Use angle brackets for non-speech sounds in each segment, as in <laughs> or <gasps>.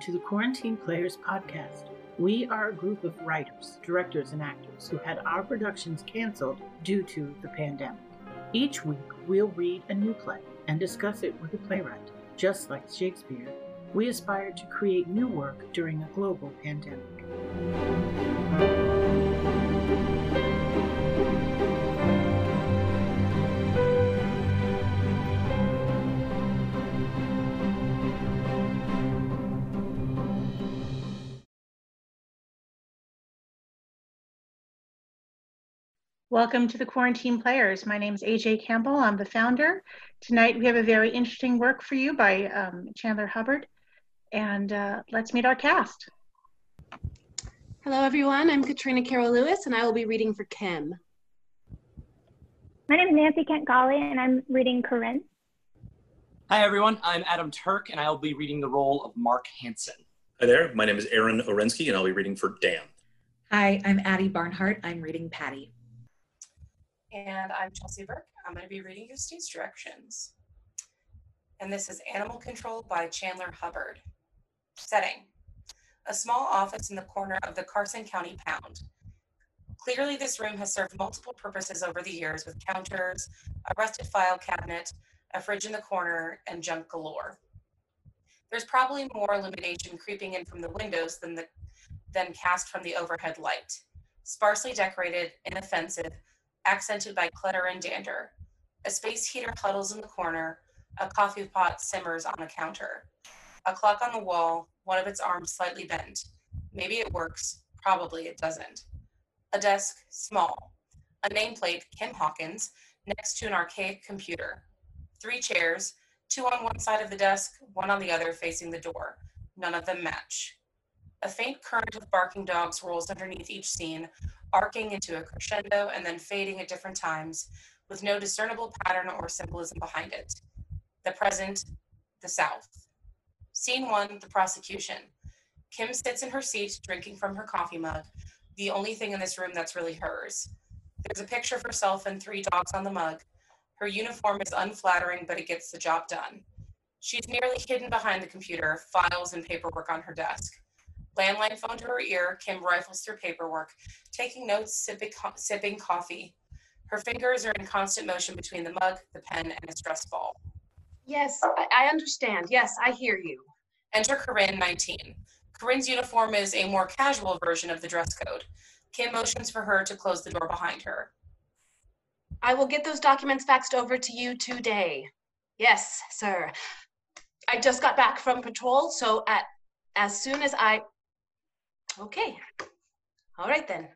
to the Quarantine Players podcast. We are a group of writers, directors, and actors who had our productions canceled due to the pandemic. Each week, we'll read a new play and discuss it with a playwright. Just like Shakespeare, we aspire to create new work during a global pandemic. Welcome to the Quarantine Players. My name is AJ Campbell. I'm the founder. Tonight we have a very interesting work for you by um, Chandler Hubbard. And uh, let's meet our cast. Hello, everyone. I'm Katrina Carroll Lewis, and I will be reading for Kim. My name is Nancy Kent Golly, and I'm reading Corinne. Hi, everyone. I'm Adam Turk, and I'll be reading the role of Mark Hansen. Hi there. My name is Aaron Orensky, and I'll be reading for Dan. Hi, I'm Addie Barnhart. I'm reading Patty. And I'm Chelsea Burke. I'm going to be reading your stage directions. And this is Animal Control by Chandler Hubbard. Setting A small office in the corner of the Carson County Pound. Clearly, this room has served multiple purposes over the years with counters, a rusted file cabinet, a fridge in the corner, and junk galore. There's probably more illumination creeping in from the windows than, the, than cast from the overhead light. Sparsely decorated, inoffensive, accented by clutter and dander. A space heater huddles in the corner, a coffee pot simmers on the counter. A clock on the wall, one of its arms slightly bent. Maybe it works, probably it doesn't. A desk, small. A nameplate, Kim Hawkins, next to an archaic computer. Three chairs, two on one side of the desk, one on the other facing the door. None of them match. A faint current of barking dogs rolls underneath each scene, arcing into a crescendo and then fading at different times, with no discernible pattern or symbolism behind it. The present, the South. Scene one, the prosecution. Kim sits in her seat, drinking from her coffee mug, the only thing in this room that's really hers. There's a picture of herself and three dogs on the mug. Her uniform is unflattering, but it gets the job done. She's nearly hidden behind the computer, files and paperwork on her desk landline phone to her ear, Kim rifles through paperwork, taking notes, sipping, co- sipping, coffee. Her fingers are in constant motion between the mug, the pen, and a stress ball. Yes, I understand. Yes, I hear you. Enter Corinne, 19. Corinne's uniform is a more casual version of the dress code. Kim motions for her to close the door behind her. I will get those documents faxed over to you today. Yes, sir. I just got back from patrol, so at as soon as I Okay. All right then.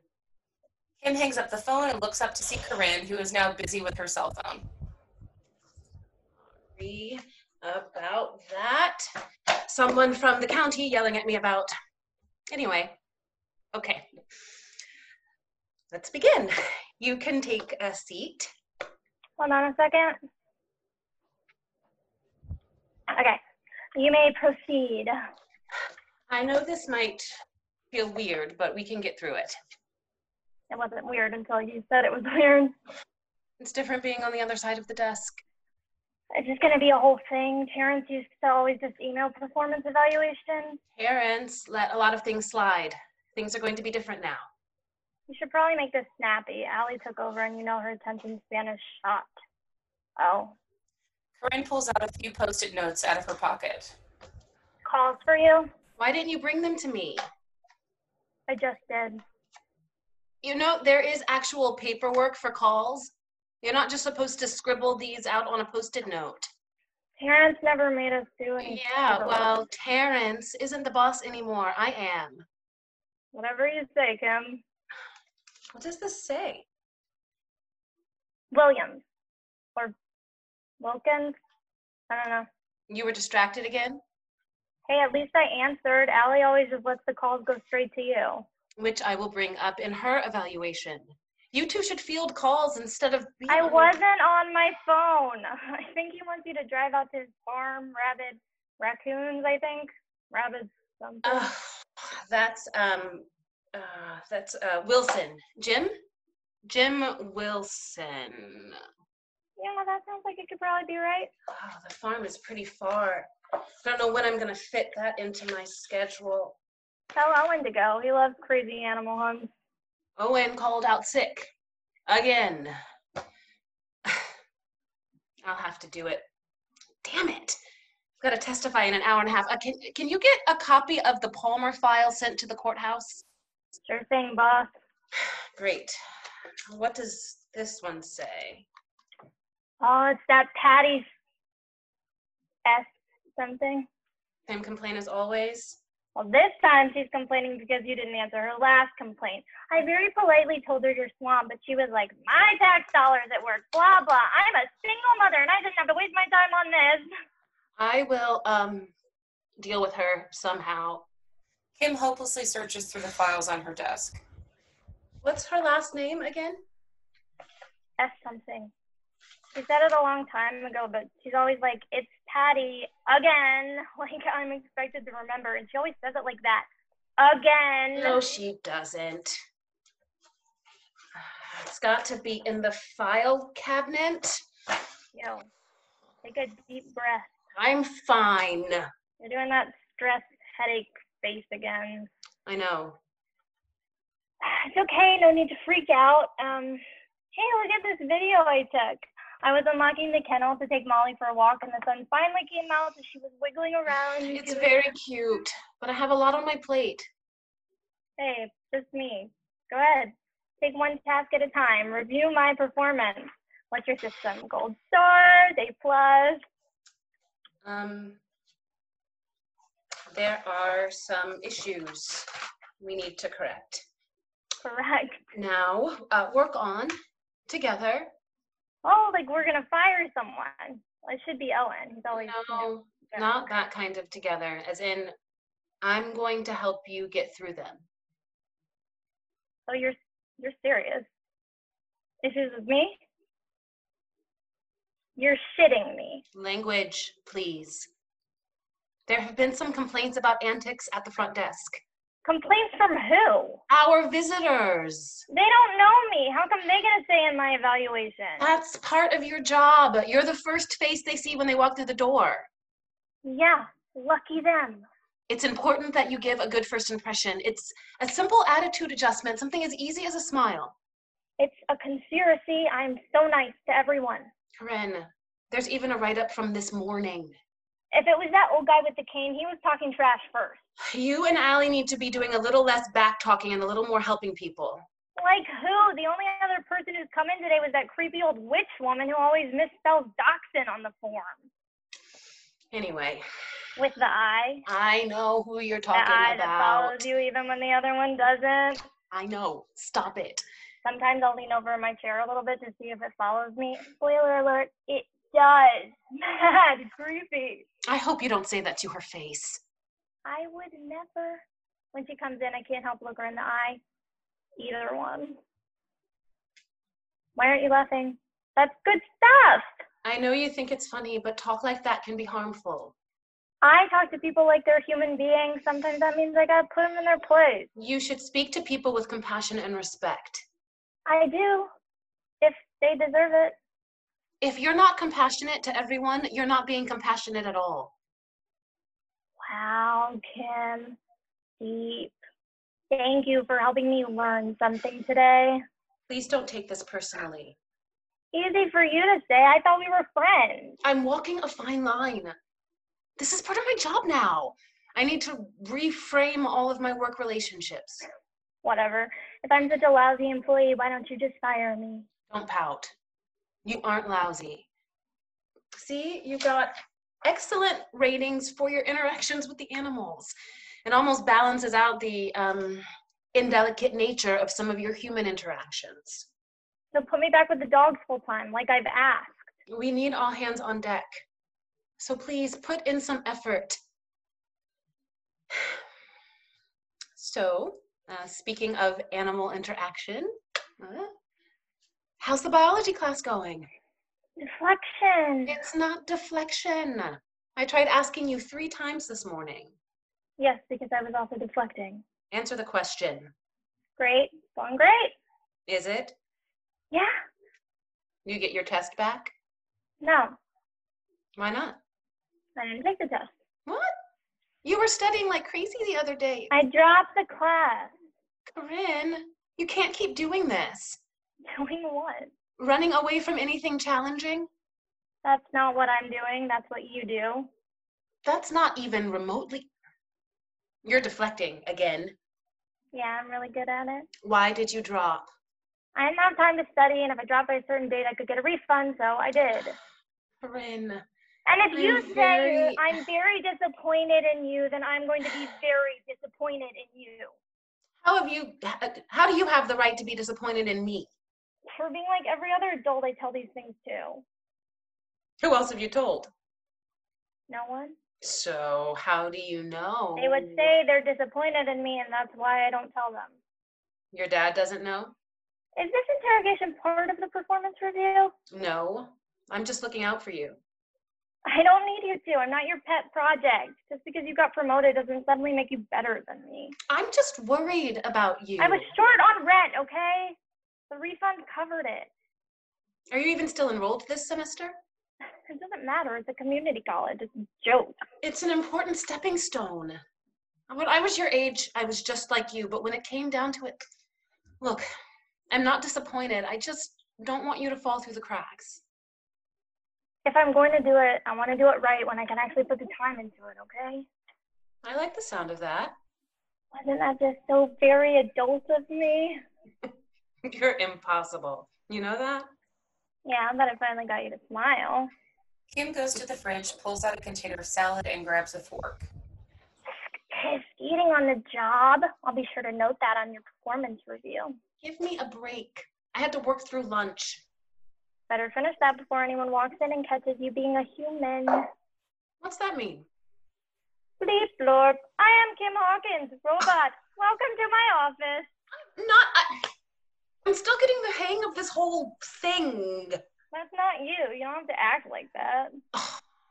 Kim hangs up the phone and looks up to see Corinne, who is now busy with her cell phone. Sorry about that. Someone from the county yelling at me about. Anyway, okay. Let's begin. You can take a seat. Hold on a second. Okay, you may proceed. I know this might feel weird, but we can get through it. It wasn't weird until you said it was weird. It's different being on the other side of the desk. It's just going to be a whole thing. Terrence used to always just email performance evaluation. Terrence let a lot of things slide. Things are going to be different now. You should probably make this snappy. Allie took over, and you know her attention span is shot. Oh. Corinne pulls out a few post it notes out of her pocket. Calls for you? Why didn't you bring them to me? I just did. You know, there is actual paperwork for calls. You're not just supposed to scribble these out on a post it note. Terrence never made us do anything. Yeah, well, Terrence isn't the boss anymore. I am. Whatever you say, Kim. What does this say? Williams. Or Wilkins? I don't know. You were distracted again? Hey, at least I answered. Allie always just lets the calls go straight to you. Which I will bring up in her evaluation. You two should field calls instead of. Being... I wasn't on my phone. <laughs> I think he wants you to drive out to his farm, rabid raccoons. I think rabid something. Uh, that's um, uh, that's uh, Wilson. Jim, Jim Wilson. Yeah, that sounds like it could probably be right. Oh, the farm is pretty far I don't know when I'm gonna fit that into my schedule. Tell Owen to go. He loves crazy animal hunts. Owen called out sick again. I'll have to do it. Damn it. I've got to testify in an hour and a half. Uh, can, can you get a copy of the Palmer file sent to the courthouse? Sure thing, boss. <sighs> Great. What does this one say? Oh, it's that Patty's S something. Same complaint as always. Well, this time she's complaining because you didn't answer her last complaint. I very politely told her you're swamped, but she was like, my tax dollars at work, blah, blah. I'm a single mother and I didn't have to waste my time on this. I will um deal with her somehow. Kim hopelessly searches through the files on her desk. What's her last name again? S something. She said it a long time ago, but she's always like, it's Patty again. <laughs> Like, I'm expected to remember. And she always says it like that Uh, again. No, she doesn't. It's got to be in the file cabinet. Yo, take a deep breath. I'm fine. You're doing that stress headache face again. I know. It's okay, no need to freak out. Um, hey, look at this video I took. I was unlocking the kennel to take Molly for a walk, and the sun finally came out, and she was wiggling around. and It's doing- very cute, but I have a lot on my plate. Hey, just me. Go ahead. Take one task at a time. Review my performance. What's your system? Gold stars, A plus. Um, there are some issues we need to correct. Correct. Now, uh, work on together. Oh, like we're gonna fire someone. Well, it should be Owen. He's always No, not that kind of together, as in, I'm going to help you get through them. Oh, you're you're serious. Issues with me? You're shitting me. Language, please. There have been some complaints about antics at the front desk. Complaints from who? Our visitors. They don't know me. How come they get a say in my evaluation? That's part of your job. You're the first face they see when they walk through the door. yeah, lucky them. It's important that you give a good first impression. It's a simple attitude adjustment, something as easy as a smile. It's a conspiracy. I'm so nice to everyone. Corinne, there's even a write up from this morning. If it was that old guy with the cane, he was talking trash first. You and Allie need to be doing a little less back talking and a little more helping people. Like who? The only other person who's come in today was that creepy old witch woman who always misspells dachshund on the form Anyway, with the I. I know who you're The I talking that about. follows you even when the other one doesn't. I know. Stop it. Sometimes I'll lean over in my chair a little bit to see if it follows me. Spoiler alert, it does. <laughs> Mad, creepy. I hope you don't say that to her face. I would never. When she comes in, I can't help look her in the eye. Either one. Why aren't you laughing? That's good stuff. I know you think it's funny, but talk like that can be harmful. I talk to people like they're human beings. Sometimes that means I gotta put them in their place. You should speak to people with compassion and respect. I do, if they deserve it. If you're not compassionate to everyone, you're not being compassionate at all. Wow, Kim, deep. Thank you for helping me learn something today. Please don't take this personally. Easy for you to say. I thought we were friends. I'm walking a fine line. This is part of my job now. I need to reframe all of my work relationships. Whatever. If I'm such a lousy employee, why don't you just fire me? Don't pout. You aren't lousy. See, you got excellent ratings for your interactions with the animals. It almost balances out the um, indelicate nature of some of your human interactions. So put me back with the dogs full time, like I've asked. We need all hands on deck. So please put in some effort. <sighs> So, uh, speaking of animal interaction, uh, how's the biology class going? Deflection. It's not deflection. I tried asking you three times this morning. Yes, because I was also deflecting. Answer the question. Great. Going great. Is it? Yeah. You get your test back? No, Why not? I didn't take the test. You were studying like crazy the other day. I dropped the class. Corinne, you can't keep doing this. Doing what? Running away from anything challenging? That's not what I'm doing. That's what you do. That's not even remotely. You're deflecting again. Yeah, I'm really good at it. Why did you drop? I didn't have time to study, and if I dropped by a certain date, I could get a refund, so I did. Corinne, And if you I'm say very- I'm very disappointed in you, then I'm going to be very disappointed in you how have you, h- how do you have the right to be disappointed in me? for being like every other adult I tell these things to. Who else have you told? No one. So, how do you know? They would say they're disappointed in me, and that's why I don't tell them. Your dad doesn't know? Is this interrogation part of the performance review? No. I'm just looking out for you. I don't need you to. I'm not your pet project. Just because you got promoted doesn't suddenly make you better than me. I'm just worried about you. I was short on rent, okay? The refund covered it. Are you even still enrolled this semester? <sighs> It doesn't matter. It's a community college. It's a joke. It's an important stepping stone. When I was your age, I was just like you, but when it came down to it, look, I'm not disappointed. I just don't want you to fall through the cracks. If I'm going to do it, I want to do it right when I can actually put the time into it, okay? I like the sound of that. <laughs> Wasn't that just so very adult of me? You're impossible. You know that? Yeah, but I finally got you to smile. Kim goes to the fridge, pulls out a container of salad, and grabs a fork. Pissed eating on the job. I'll be sure to note that on your performance review. Give me a break. I had to work through lunch. Better finish that before anyone walks in and catches you being a human. What's that mean? Bleep blorp. I am Kim Hawkins, robot. Welcome to my office. Not. I, I'm still getting the hang of this whole thing. That's not you. You don't have to act like that.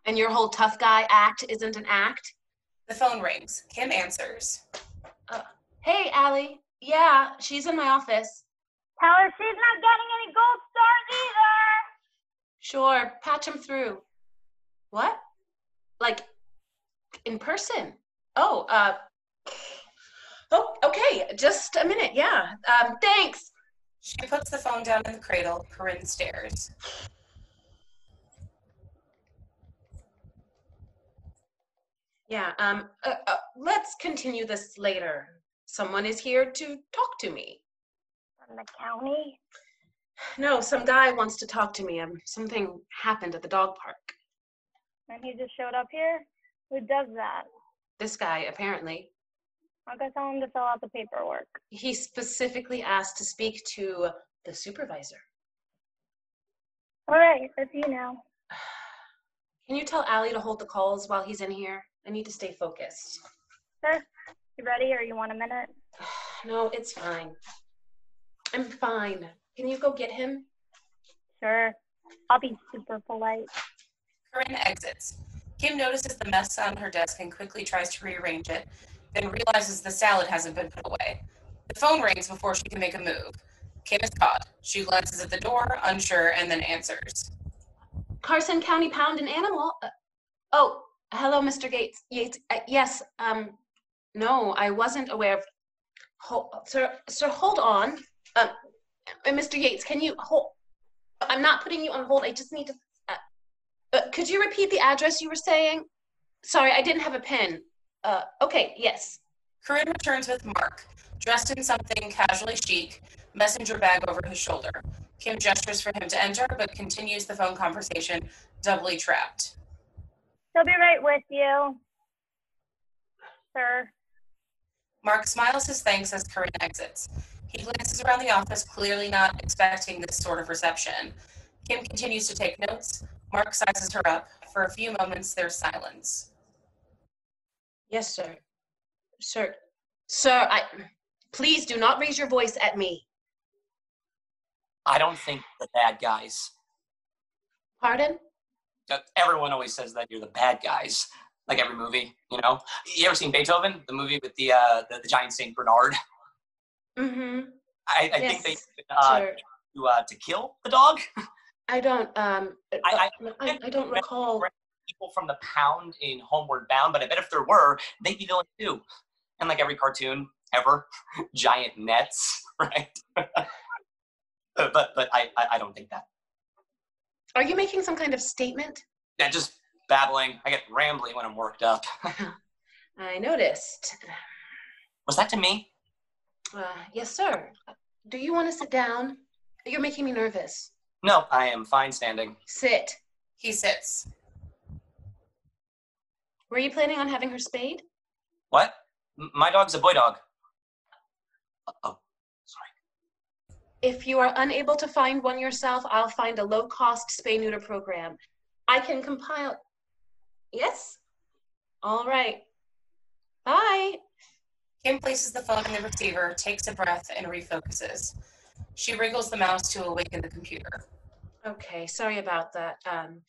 And your whole tough guy act isn't an act? The phone rings. Kim answers. Hey, Allie. Yeah, she's in my office. Tell her she's not getting any gold stars either. Sure, patch him through. What? Like in person? Oh, uh Oh, okay. Just a minute. Yeah. Um thanks. She puts the phone down in the cradle. Corinne stares. Yeah. Um uh, uh, let's continue this later. Someone is here to talk to me. From the county? No, some guy wants to talk to me. Um, something happened at the dog park. And he just showed up here? Who does that? This guy apparently I'll go tell him to fill out the paperwork. he specifically asked to speak to the supervisor. All right, it's you now. Can you tell Allie to hold the calls while he's in here? I need to stay focused. Sir, you ready or you want a minute? No, it's fine. I'm fine. Can you go get him? Sure. I'll be super polite. Corinne exits. Kim notices the mess on her desk and quickly tries to rearrange it, then realizes the salad hasn't been put away. The phone rings before she can make a move. Kim is caught. She glances at the door, unsure, and then answers. Carson County Pound and Animal. Uh, oh, hello, Mr. Gates. Yates. Uh, yes. Um, no, I wasn't aware of. Ho- sir, sir, hold on. Um, uh, Mr. Yates, can you hold? I'm not putting you on hold. I just need to. Uh, uh, could you repeat the address you were saying? Sorry, I didn't have a pen. Uh, okay. Yes. Corinne returns with Mark, dressed in something casually chic, messenger bag over his shoulder. Kim gestures for him to enter, but continues the phone conversation, doubly trapped. He'll be right with you. Sir, Mark smiles his thanks as Corinne exits. He glances around the office, clearly not expecting this sort of reception. Kim continues to take notes. Mark sizes her up. For a few moments, there's silence. Yes, sir. Sir, sir, I please do not raise your voice at me. I don't think the bad guys. Pardon? Uh, Everyone always says that you're the bad guys, like every movie. You know, you ever seen Beethoven, the movie with the uh, the, the giant Saint Bernard? Mm-hmm. I, I think Yes, they uh, sir. to, uh, to kill the dog. I don't um I, I, I don't recall people from the pound in Homeward Bound, but I bet if there were, they'd be villains too. And like every cartoon ever, <laughs> giant nets, <laughs> right? Uh, but but I, I I don't think that. Are you making some kind of statement? That just babbling. I get rambly when I'm worked up. <laughs> I noticed. Was that to me? Uh, yes, sir. Do you want to sit down? You're making me nervous. No, I am fine standing. Sit. He sits. Were you planning on having her spayed? What? M- my dog's a boy dog. Oh, If you are unable to find one yourself, I'll find a low cost spay neuter program. I can compile. Yes? All right. Bye. Kim places the phone in the receiver, takes a breath, and refocuses. She wriggles the mouse to awaken the computer. Okay, sorry about that. Um,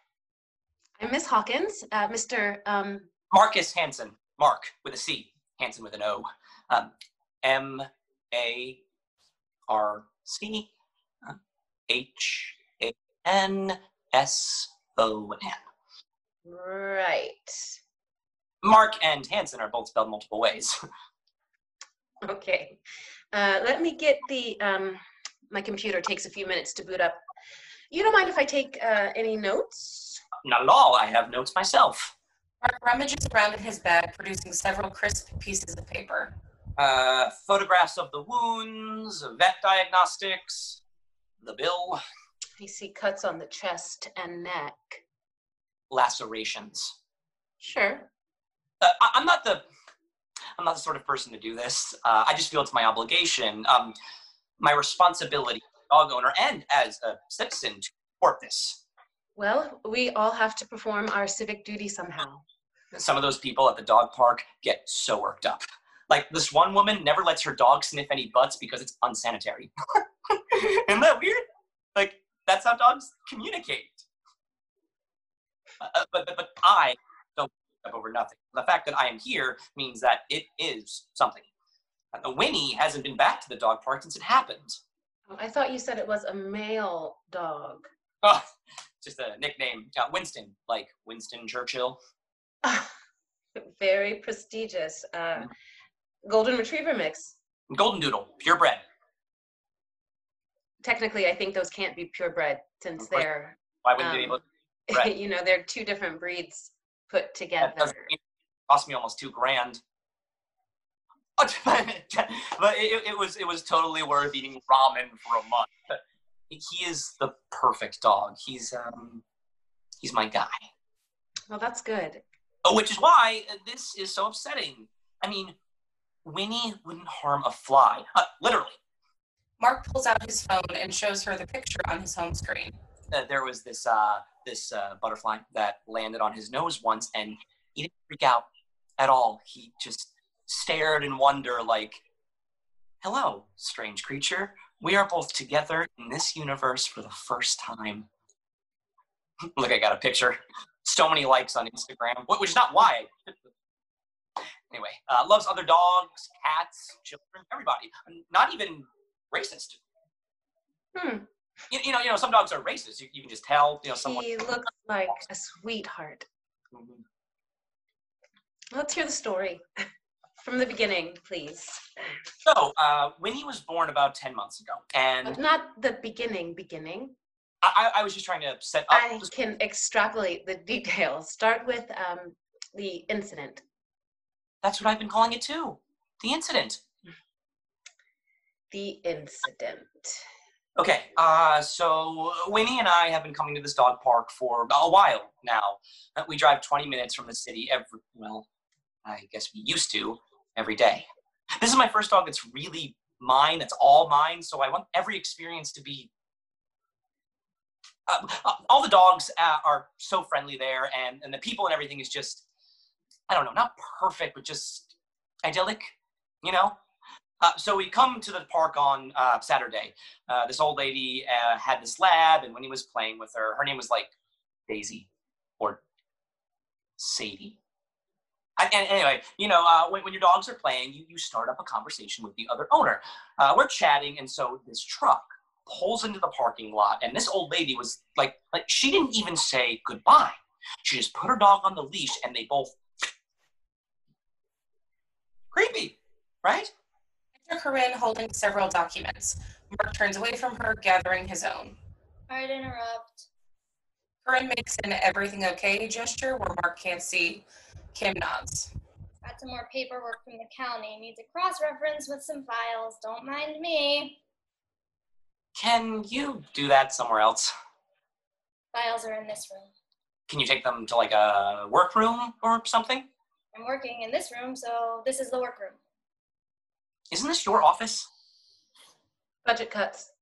<sighs> I'm Miss Hawkins, uh, Mr. Um, Marcus Hansen. Mark with a C. Hansen with an O. Um, M A R C uh, H A N S O N. right. Mark and Hansen are both spelled multiple ways. <laughs> Okay. Uh, let me get the, um, my computer takes a few minutes to boot up. You don't mind if I take uh, any notes? Not at all. I have notes myself. Mark rummages around in his bag, producing several crisp pieces of paper. Uh, photographs of the wounds, vet diagnostics, the bill, I see cuts on the chest and neck. lacerations. Sure. uh, I, I'm not the I'm not the sort of person to do this. Uh, I just feel it's my obligation, um, my responsibility, as a dog owner, and as a citizen to support this. Well, we all have to perform our civic duty somehow. Some of those people at the dog park get so worked up. Like this one woman never lets her dog sniff any butts because it's unsanitary. <laughs> Isn't that weird? Like that's how dogs communicate. Uh, uh, but, but but I don't up over nothing. The fact that I am here means that it is something. Uh, Winnie hasn't been back to the dog park since it happened. Oh, I thought you said it was a male dog. Oh, just a nickname. Uh, Winston, like Winston Churchill. Very prestigious. Uh, golden retriever mix. Golden Doodle, purebred. Technically, I think those can't be purebred since Of course. they're, <laughs> Why wouldn't Um, they be able to? Right. you know, they're two different breeds put together. That doesn't mean- cost me almost two grand. <laughs> but it, it was it was totally worth eating ramen for a month. He is the perfect dog. He's um, he's my guy. Well, that's good. Oh, which is why uh, this is so upsetting. I mean, Winnie wouldn't harm a fly, uh, literally. Mark pulls out his phone and shows her the picture on his home screen. uh, there was this uh, this uh, butterfly that landed on his nose once, and he didn't freak out at all. He just stared in wonder, like, "Hello, strange creature. We are both together in this universe for the first time." <laughs> Look, I got a picture. So many likes on Instagram, wh- which is not why. <laughs> anyway, uh, loves other dogs, cats, children, everybody. Not even racist. Hmm. You, you know, you know, some dogs are racist. You, you can just tell. You know, someone. He looks like a sweetheart. Let's hear the story <laughs> from the beginning, please. So, uh, Winnie was born about 10 months ago, and Not the beginning, beginning. I, I was just trying to set up. I can extrapolate the details. Start with um, the incident. That's what I've been calling it too. The incident. The incident. Okay, uh, so Winnie and I have been coming to this dog park for a while now. Uh, We drive 20 minutes from the city every, well, I guess we used to, every day. This is my first dog that's really mine, that's all mine, so I want every experience to be. Uh, uh, all the dogs uh, are so friendly there, and, and the people and everything is just, I don't know, not perfect, but just idyllic, you know? Uh, so we come to the park on uh, Saturday, uh, this old lady uh, had this lab, and when he was playing with her, her name was like Daisy or Sadie. I, and anyway, you know, uh, when, when your dogs are playing, you, you start up a conversation with the other owner. Uh, we're chatting, and so this truck pulls into the parking lot, and this old lady was like, like she didn't even say goodbye. She just put her dog on the leash and they both. Creepy, right? Enter Corinne holding several documents. Mark turns away from her, gathering his own. Sorry to interrupt. Corinne makes an everything okay gesture where Mark can't see. Kim nods. Got some more paperwork from the county. Needs a cross reference with some files. Don't mind me. Can you do that somewhere else? Files are in this room. Can you take them to like a workroom or something? I'm working in this room, so this is the workroom. Isn't this your office? Budget cuts.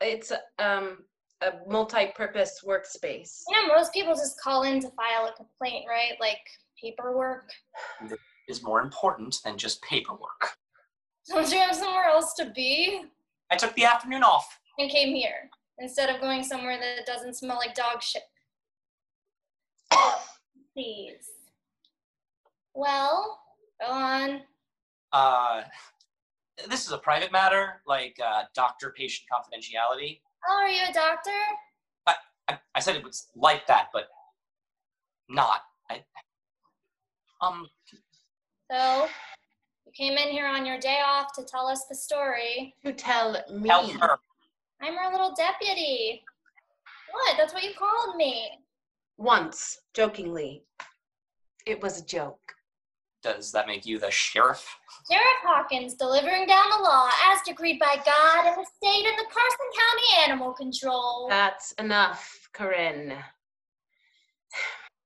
It's um, a multi-purpose workspace. You know, most people just call in to file a complaint, right? Like paperwork. <laughs> Is more important than just paperwork. Don't you have somewhere else to be? I took the afternoon off. And came here instead of going somewhere that doesn't smell like dog shit. Please. Well, go on. Uh, this is a private matter, like uh, doctor-patient confidentiality. Oh, are you a doctor? I, I said it was like that, but not. I, um, So, you came in here on your day off to tell us the story. To tell me. tell her. I'm our little deputy. What? That's what you called me. Once, jokingly. It was a joke. Does that make you the sheriff? Sheriff Hawkins delivering down the law as decreed by God and the state and the Carson County Animal Control. That's enough, Corinne.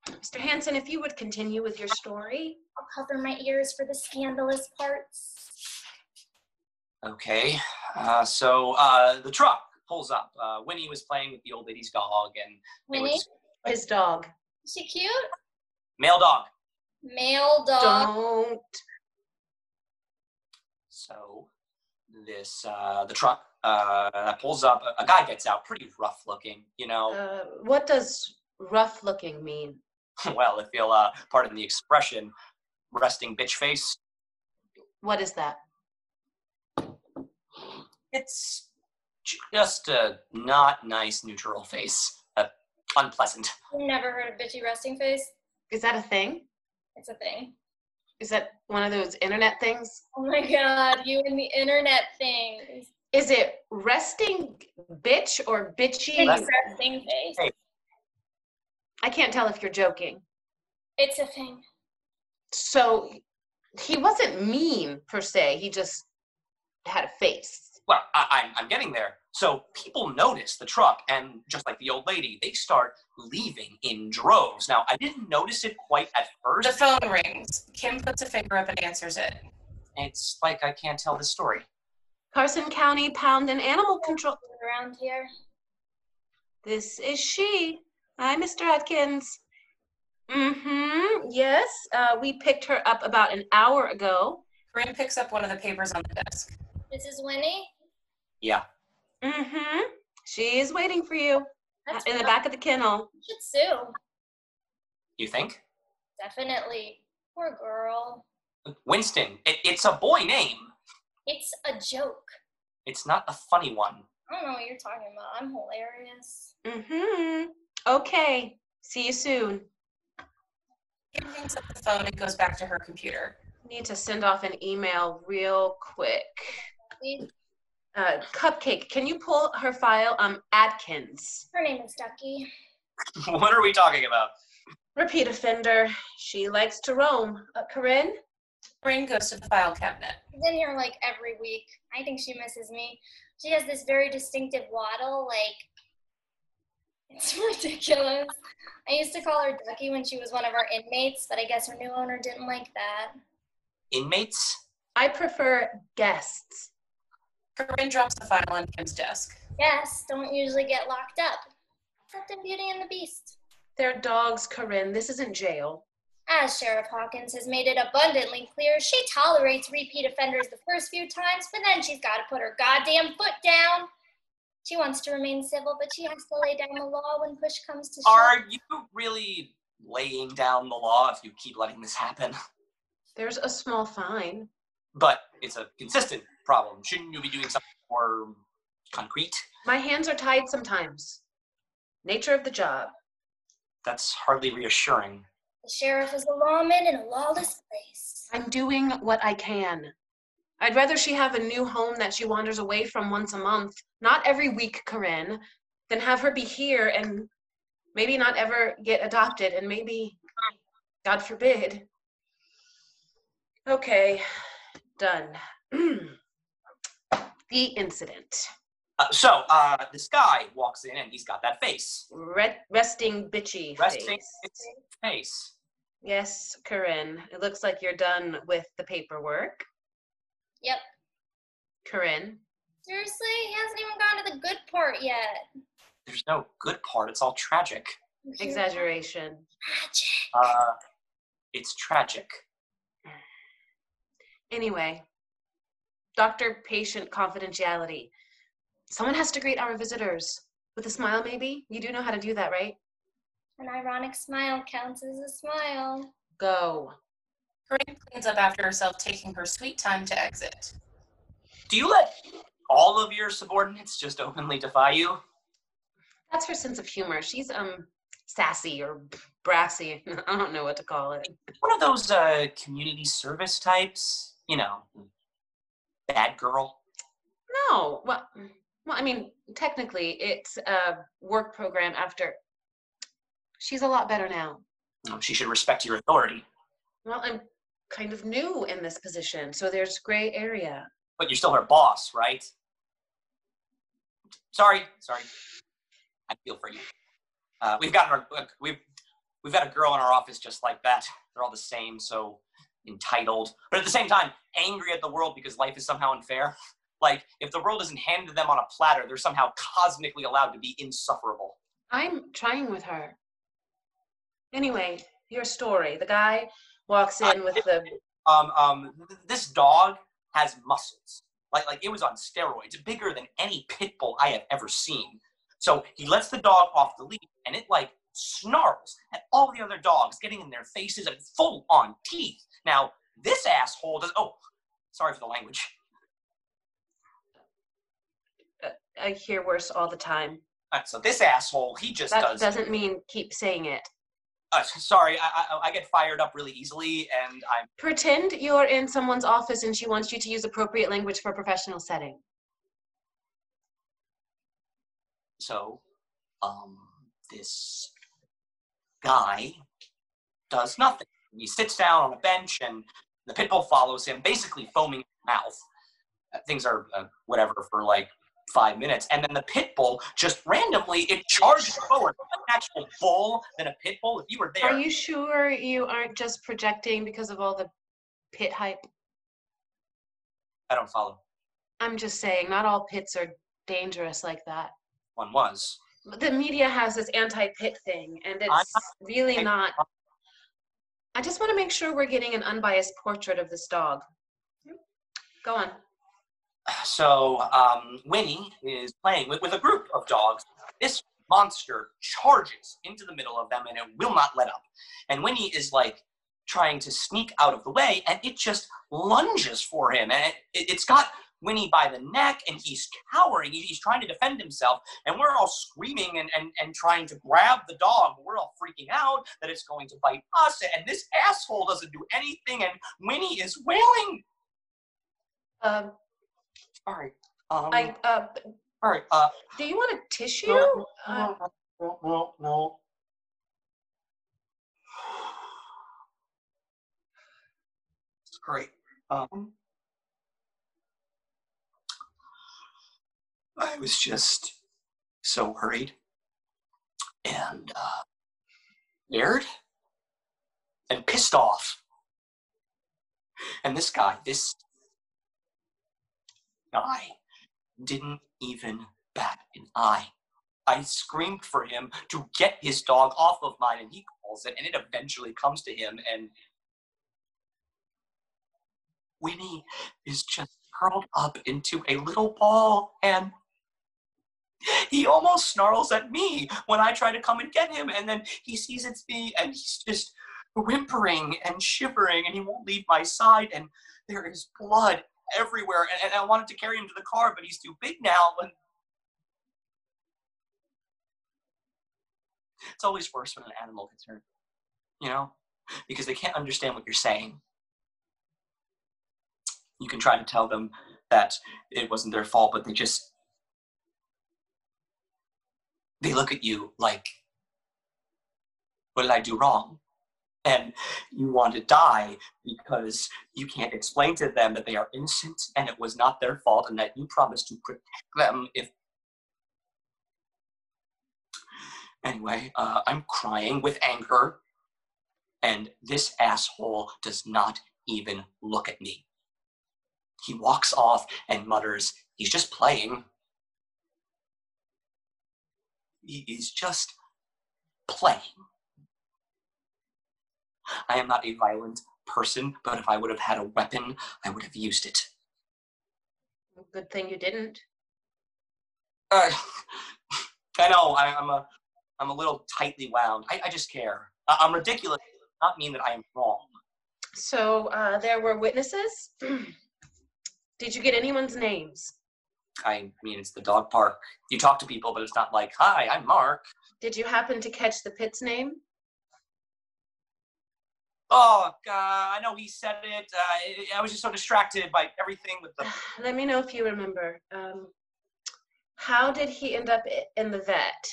Mr. Hanson, if you would continue with your story. I'll cover my ears for the scandalous parts. Okay. Uh, so uh, the truck pulls up. Uh, Winnie was playing with the old lady's dog, and it Winnie, is was His dog. she cute? male dog. Male dog. Don't. So this uh, the truck uh, that pulls up. A, a guy gets out, pretty rough looking, you know. Uh, what does rough looking mean? <laughs> well, if you'll uh, pardon the expression, resting bitch face. What is that? It's just a not nice neutral face. Uh, unpleasant. You've Never heard of bitchy resting face? Is that a thing? It's a thing. Is that one of those internet things? Oh my god, you and the internet things. Is it resting bitch or bitchy? Bitchy resting face. I can't tell if you're joking. It's a thing. So he wasn't mean per se, he just had a face. well, I, I'm, I'm getting there. So people notice the truck, and just like the old lady, they start leaving in droves. Now, I didn't notice it quite at The first. phone rings. Kim puts a finger up and answers it. It's like I can't tell the story. Carson County Pound and Animal Control. Around here. This is she. Hi, Mr. Atkins. Mm-hmm. Yes, uh, we picked her up about an hour ago. Corinne picks up one of the papers on the desk. This is Winnie. Yeah. Mm-hmm. She is waiting for you uh, That's in the right. back of the kennel. You should sue. You think? Definitely. Poor girl. Winston, it, it's a boy name. It's a joke. It's not a funny one. I don't know what you're talking about. I'm hilarious. Mm-hmm. Okay. See you soon. Kim hangs up the phone and goes back to her computer. Need to send off an email real quick. Please. Uh, Cupcake, can you pull her file? Um, Atkins. Her name is Ducky. <laughs> what are we talking about? Repeat offender. She likes to roam. Uh, Corinne? Corinne goes to the file cabinet. She's in here like every week. I think she misses me. She has this very distinctive waddle, like it's <laughs> ridiculous. I used to call her Ducky when she was one of our inmates, but I guess her new owner didn't like that. Inmates? I prefer guests. Corinne drops the file on Kim's desk. Yes, don't usually get locked up. Except in Beauty and the Beast. They're dogs, Corinne. This isn't jail. As Sheriff Hawkins has made it abundantly clear, she tolerates repeat offenders the first few times, but then she's got to put her goddamn foot down. She wants to remain civil, but she has to lay down the law when push comes to shove. Are you really laying down the law if you keep letting this happen? There's a small fine. But it's a consistent problem. Shouldn't you be doing something more concrete? My hands are tied sometimes. Nature of the job. That's hardly reassuring. The sheriff is a lawman in a lawless place. I'm doing what I can. I'd rather she have a new home that she wanders away from once a month, not every week, Corinne, than have her be here and maybe not ever get adopted and maybe, God forbid. Okay, done. <clears throat> the incident. Uh, so uh, this guy walks in and he's got that face. Red, resting bitchy Resting face. face. Yes, Corinne. It looks like you're done with the paperwork. Yep. Corinne. Seriously, he hasn't even gone to the good part yet. There's no good part. It's all tragic. Exaggeration. Uh, it's tragic. Anyway, doctor patient confidentiality. Someone has to greet our visitors with a smile, maybe? You do know how to do that, right? An ironic smile counts as a smile. Go. Corinne cleans up after herself, taking her sweet time to exit. Do you let all of your subordinates just openly defy you? That's her sense of humor. She's um sassy or brassy. <laughs> I don't know what to call it. One of those uh, community service types, you know, bad girl. No. Well, well, I mean, technically, it's a work program after. She's a lot better now. Oh, She should respect your authority, Well, I'm kind of new in this position, so there's gray area. but you're still her boss, right? Sorry, sorry. I feel for you. Uh, we've got our look, we've we've got a girl in our office just like that. They're all the same, so entitled, but at the same time angry at the world because life is somehow unfair. <laughs> Like if the world isn't handed to them on a platter, they're somehow cosmically allowed to be insufferable. I'm trying with her. Anyway, your story. The guy walks I- in with the. um, um, th- this dog has muscles. Like, like it was on steroids, bigger than any pit bull I have ever seen. So he lets the dog off the leash, and it like snarls at all the other dogs, getting in their faces and full on teeth. Now this asshole does. Oh, sorry for the language. Uh, I hear worse all the time. Uh, so this asshole, he just That does. doesn't mean keep saying it. uh, sorry, I, I, I get fired up really easily, and I'm Pretend you're in someone's office and she wants you to use appropriate language for a professional setting. so. Um, this guy does nothing. He sits down on a bench, and the pit bull follows him, basically foaming at the mouth. Uh, Things are uh, whatever for like five minutes, and then the pit bull just randomly it charges forward. An actual bull than a pit bull. If you were there, Are you sure you aren't just projecting because of all the pit hype? I don't follow. I'm just saying, not all pits are dangerous like that. One was. But The media has this anti pit thing, and it's not- really I- not. I just want to make sure we're getting an unbiased portrait of this dog. Go on. So um, Winnie is playing with, with a group of dogs. This monster charges into the middle of them and it will not let up. And Winnie is like trying to sneak out of the way and it just lunges for him. And it, it's got Winnie by the neck and he's cowering. He- He's trying to defend himself. And we're all screaming and, and, and trying to grab the dog. We're all freaking out that it's going to bite us. And this asshole doesn't do anything. And Winnie is wailing. Um, All right. Um, I, uh, all right. Uh, do you want a tissue? No, Uh, no, no, no, no. It's great. Um, I was just so worried and uh, scared and pissed off. And this guy, this guy, didn't even bat an eye. I screamed for him to get his dog off of mine, and he calls it, and it eventually comes to him, and Winnie is just curled up into a little ball, and he almost snarls at me when I try to come and get him, and then he sees it's me, and he's just whimpering and shivering, and he won't leave my side, and there is blood everywhere, and, and I wanted to carry him to the car, but he's too big now, and It's always worse when an animal gets hurt, you <laughs> know, because they can't understand what you're saying. You can try to tell them that it wasn't their fault, but they just they look at you like, what did I do wrong? And you want to die because you can't explain to them that they are innocent and it was not their fault and that you promised to protect them if. Anyway, uh, I'm crying with anger, and this asshole does not even look at me. He walks off and mutters, He's just playing. He is just playing. I am not a violent person, but if I would have had a weapon, I would have used it. Good thing you didn't. Uh, I know I, I'm a I'm a little tightly wound. I, I just care. I, I'm ridiculous. Does Not mean that I am wrong. So uh, there were witnesses. <clears throat> Did you get anyone's names? I mean, it's the dog park. You talk to people, but it's not like, "Hi, I'm Mark." Did you happen to catch the pit's name? Oh, God, I know he said it. Uh, I- I was just so distracted by everything with the. uh, Let me know if you remember. Um, how did he end up i- in the vet?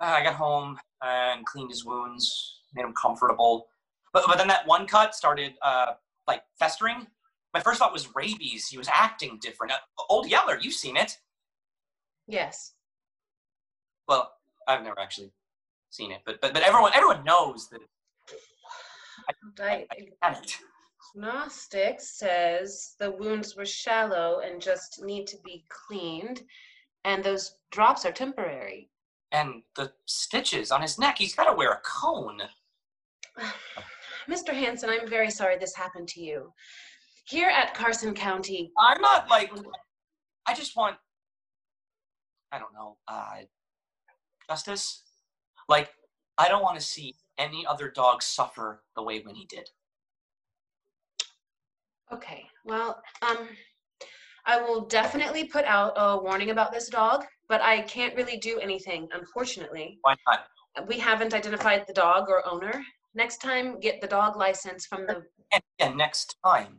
Uh, I got home and cleaned his wounds, made him comfortable. But, but then that one cut started uh, like festering. My first thought was rabies. He was acting different. Uh, Old Yeller, you've seen it. Yes. Well, I've never actually seen it, but but, but everyone everyone knows that Right. had it. Gnostic says the wounds were shallow and just need to be cleaned, and those drops are temporary. And the stitches on his neck, he's got to wear a cone. Mr. Hanson, I'm very sorry this happened to you. Here at Carson County, I'm not like. I just want. I don't know. Uh, justice. Like, I don't want to see any other dog suffer the way Winnie did. Okay, well, um, I will definitely put out a warning about this dog, but I can't really do anything, unfortunately. Why not? We haven't identified the dog or owner. Next time, get the dog license from the. And again, next time,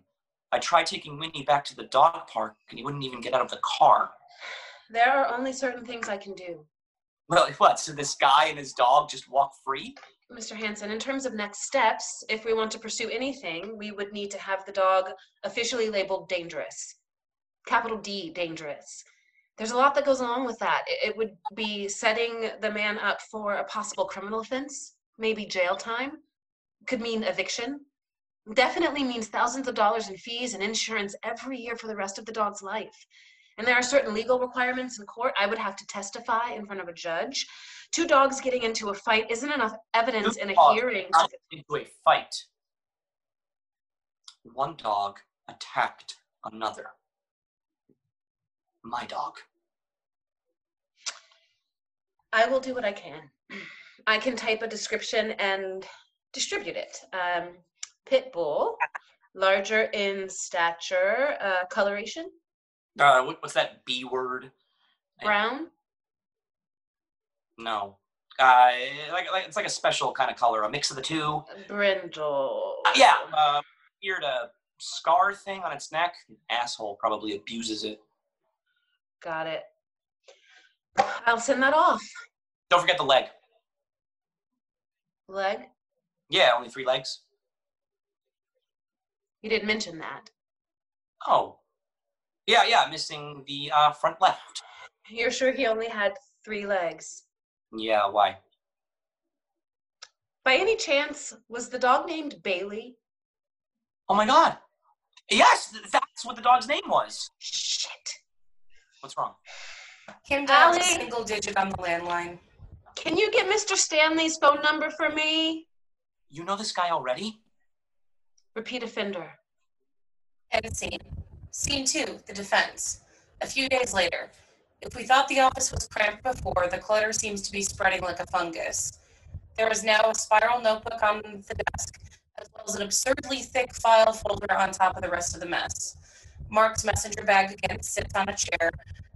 I tried taking Winnie back to the dog park, and he wouldn't even get out of the car. <laughs> There are only certain things I can do. Well, what? So this guy and his dog just walk free? Mr. Hanson, in terms of next steps, if we want to pursue anything, we would need to have the dog officially labeled dangerous. Capital D, dangerous. There's a lot that goes along with that. It- It would be setting the man up for a possible criminal offense, maybe jail time, could mean eviction. Definitely means thousands of dollars in fees and insurance every year for the rest of the dog's life. And there are certain legal requirements in court. I would have to testify in front of a judge. Two dogs getting into a fight isn't enough evidence in a dogs. hearing. Got to- into a fight. One dog attacked another. My dog. I will do what I can. I can type a description and distribute it. Um, pit bull, larger in stature, uh, coloration, Uh, what, what's that B word? brown. No. Uh, like, like it's like a special kind of color, a mix of the two. brindle. Uh, yeah. Uh, weird uh, scar thing on its neck. Asshole probably abuses it. Got it. I'll send that off. Don't forget the leg. Leg, Yeah, only three legs. you didn't mention that. Oh. Yeah, yeah, missing the uh, front left. You're sure he only had three legs? Yeah, why? By any chance, was the dog named Bailey? Oh my god. Yes, th- that's what the dog's name was. Shit. What's wrong? Kim dialed a Ally. single digit on the landline. Can you get Mr. Stanley's phone number for me? You know this guy already? Repeat offender. End scene. Scene two, the defense. A few days later. If we thought the office was cramped before, the clutter seems to be spreading like a fungus. There is now a spiral notebook on the desk, as well as an absurdly thick file folder on top of the rest of the mess. Mark's messenger bag again sits on a chair,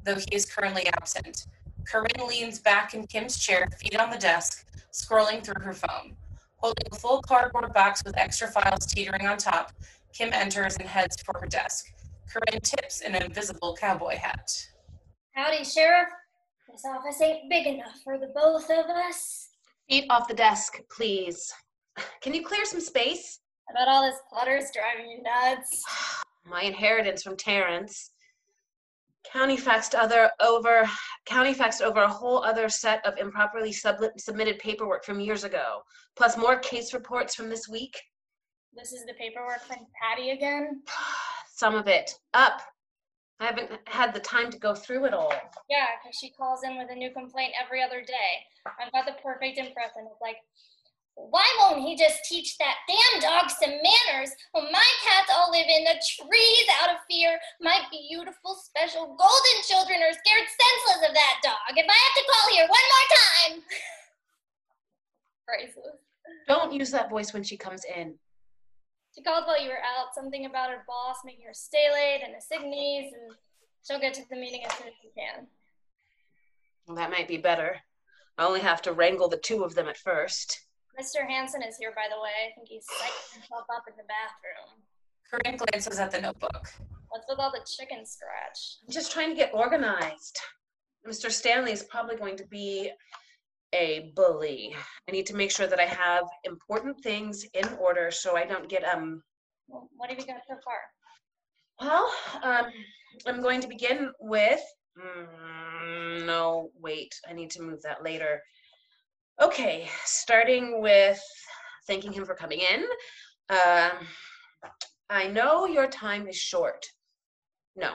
though he is currently absent. Corinne leans back in Kim's chair, feet on the desk, scrolling through her phone. Holding a full cardboard box with extra files teetering on top, Kim enters and heads for her desk. Corinne tips an invisible cowboy hat. Howdy, Sheriff. This office ain't big enough for the both of us. Feet off the desk, please. Can you clear some space? I bet all this clutter's driving you nuts. My inheritance from Terrence. County faxed other over county faxed over a whole other set of improperly sublet submitted paperwork from years ago, plus more case reports from this week. This is the paperwork from Patty again. Some of it up. I haven't had the time to go through it all. Yeah, because she calls in with a new complaint every other day. I've got the perfect impression. It's like, why won't he just teach that damn dog some manners when my cats all live in the trees out of fear? My beautiful, special golden children are scared senseless of that dog. If I have to call here one more time. <laughs> Priceless. Don't use that voice when she comes in. She called while you were out, something about her boss making her stay late and assignees, and she'll get to the meeting as soon as she can. Well, that might be better. I only have to wrangle the two of them at first. Mr. Hansen is here, by the way. I think he's psyching himself up in the bathroom. Corinne glances at the notebook. What's with all the chicken scratch? I'm just trying to get organized. Mr. Stanley is probably going to be a bully. I need to make sure that I have important things in order so I don't get um Well, What have you got so far? well, um I'm going to begin with mm, no, wait. I need to move that later. Okay, starting with thanking him for coming in. Um I know your time is short. No.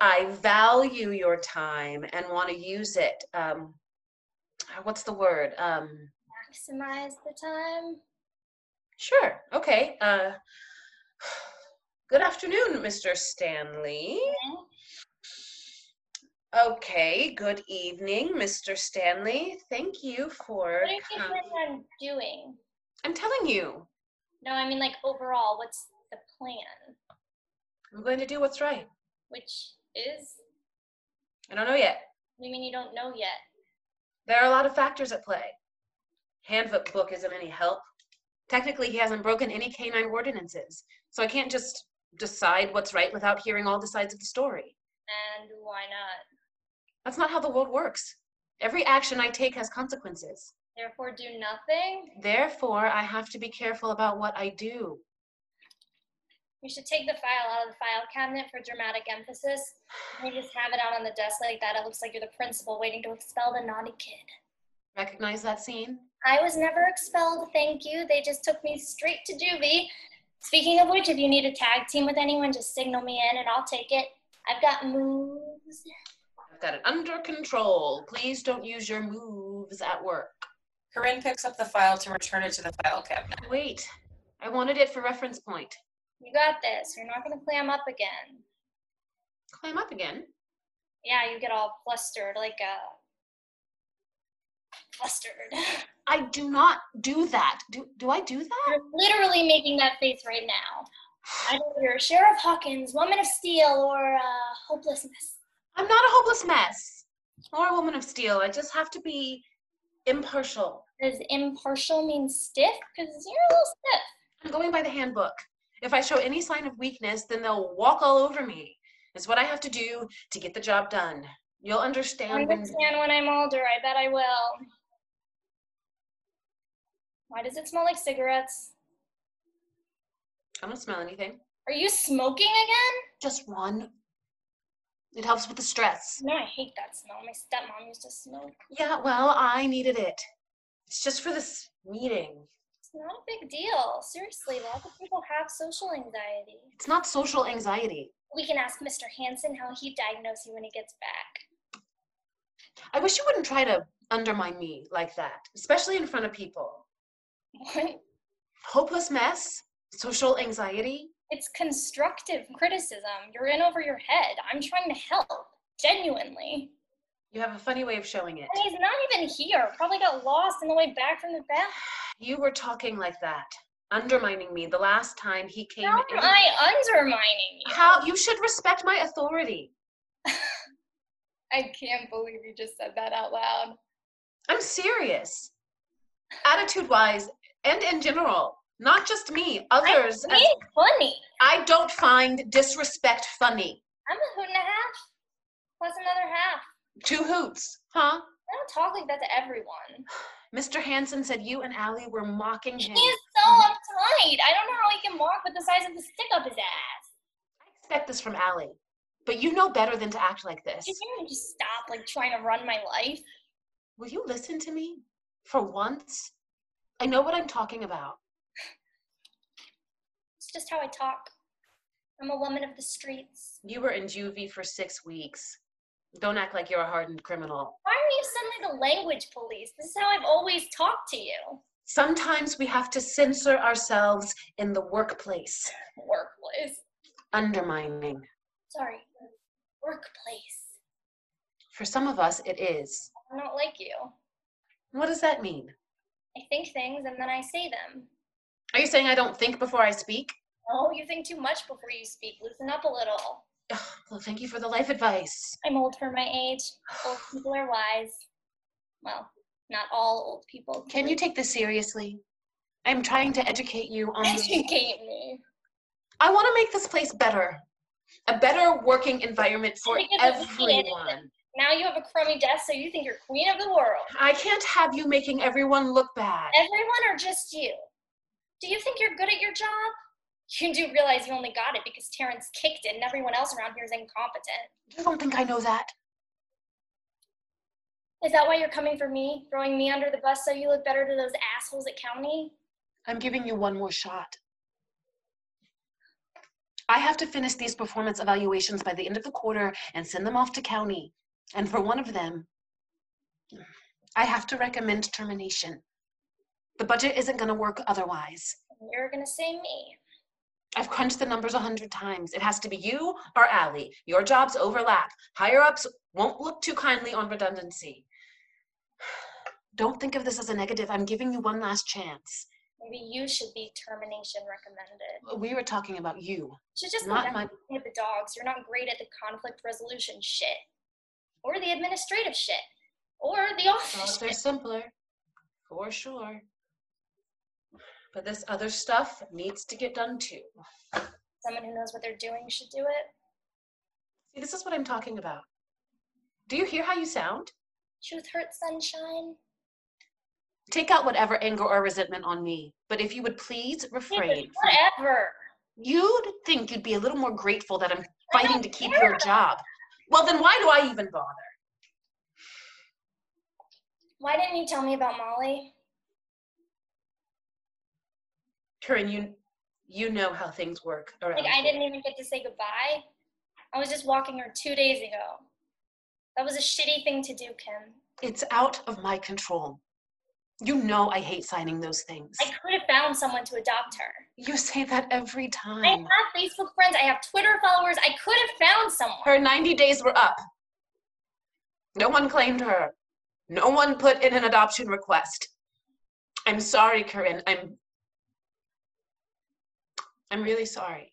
I value your time and want to use it. Um, what's the word? Um, Maximize the time. sure. Okay. Uh, <sighs> good afternoon, Mr. Stanley. Okay. Good evening, Mr. Stanley. Thank you for. What do you com- plan on doing? I'm telling you, No, I mean like overall, what's the plan? I'm going to do what's right. Which is, I don't know yet. you mean you don't know yet? There are a lot of factors at play. Handbook book isn't any help. Technically, he hasn't broken any canine ordinances, so I can't just decide what's right without hearing all the sides of the story. And why not? That's not how the world works. Every action I take has consequences. Therefore, do nothing? Therefore, I have to be careful about what I do. You should take the file out of the file cabinet for dramatic emphasis. You just have it out on the desk like that. It looks like you're the principal waiting to expel the naughty kid. Recognize that scene? I was never expelled, thank you. They just took me straight to juvie. Speaking of which, if you need a tag team with anyone, just signal me in and I'll take it. I've got moves. I've got it under control. Please don't use your moves at work. Corinne picks up the file to return it to the file cabinet. Wait, I wanted it for reference point. You got this. You're not going to clam up again. Climb up again. Yeah, you get all flustered, like, uh, flustered. I do not do that. Do, do I do that? You're literally making that face right now. Either you're Sheriff Hawkins, Woman of Steel, or, uh, Hopelessness. I'm not a hopeless mess or a woman of steel. I just have to be impartial. Does impartial mean stiff? Because you're a little stiff. I'm going by the handbook. If I show any sign of weakness, then they'll walk all over me. It's what I have to do to get the job done. You'll I understand when. understand when I'm older. I bet I will. Why does it smell like cigarettes? I don't smell anything. Are you smoking again? Just one. It helps with the stress. No, I hate that smell. My stepmom used to smoke. Yeah, well, I needed it. It's just for this meeting. It's not a big deal. Seriously, lots of people have social anxiety. It's not social anxiety. We can ask Mr. Hansen how he diagnosed you when he gets back. I wish you wouldn't try to undermine me like that, especially in front of people. What? Hopeless mess, social anxiety. It's constructive criticism. You're in over your head. I'm trying to help, genuinely. You have a funny way of showing it. And he's not even here. Probably got lost on the way back from the bathroom. You were talking like that, undermining me the last time he came How in. am I undermining you? How you should respect my authority. I can't believe you just said that out loud. I'm serious. attitude wise and in general, not just me, others. I mean, funny. I don't find disrespect funny. I'm a hoot and a half. Plus another half. Two hoots, huh? I don't talk like that to <sighs> everyone. Mr. Hanson said you and Allie were mocking He him. is so Mm. uptight. I don't know how he can walk with the size of the stick up his ass. expect this from Allie, but you know better than to act like this. Can you just stop like trying to run my life? Will you listen to me for once? I know what I'm talking about. It's just how I talk. I'm a woman of the streets. You were in juvie for six weeks. Don't act like you're a hardened criminal. Why are you suddenly the language police? This is how I've always talked to you. Sometimes we have to censor ourselves in the workplace, Workplace. undermining. Sorry. Workplace. For some of us, it is. I'm not like you. What does that mean? I think things and then I say them. Are you saying I don't think before I speak? Oh, you think too much before you speak. Loosen up a little. Well, thank you for the life advice. I'm old for my age. Old people are wise. Well, not all old people. Can you take this seriously? I'm trying to educate you on. <laughs> educate me? I want to make this place better, a better working environment for Because of me, it everyone. Now you have a crummy desk, so you think you're queen of the world. I can't have you making everyone look bad. Everyone or just you? Do you think you're good at your job? You do realize you only got it because Terrence kicked it and everyone else around here is incompetent. You don't think I know that? Is that why you're coming for me? Throwing me under the bus so you look better to those assholes at county? I'm giving you one more shot. I have to finish these performance evaluations by the end of the quarter and send them off to county. And for one of them, I have to recommend termination. The budget isn't going to work otherwise. You're gonna say me. I've crunched the numbers a hundred times. It has to be you or Ally. Your jobs overlap. Higher ups won't look too kindly on redundancy. <sighs> Don't think of this as a negative. I'm giving you one last chance. Maybe you should be termination recommended. We were talking about you. You should just go Not back my- to with the dogs. You're not great at the conflict resolution shit, or the administrative shit, or the office. Dogs are simpler, for sure. But this other stuff needs to get done too. Someone who knows what they're doing should do it. See, this is what I'm talking about. Do you hear how you sound? Truth hurts, sunshine. Take out whatever anger or resentment on me. But if you would please refrain. from- Whatever. You'd think you'd be a little more grateful that I'm fighting to keep your job. Well, then why do I even bother? Why didn't you tell me about Molly? Corinne, you, you know how things work around Like I here. didn't even get to say goodbye. I was just walking her two days ago. That was a shitty thing to do, Kim. It's out of my control. You know I hate signing those things. I could have found someone to adopt her. You say that every I have time. Facebook friends. I have Twitter followers. I could have found someone. Her 90 days were up. No one claimed her. No one put in an adoption request. I'm sorry, Corinne. I'm I'm really sorry.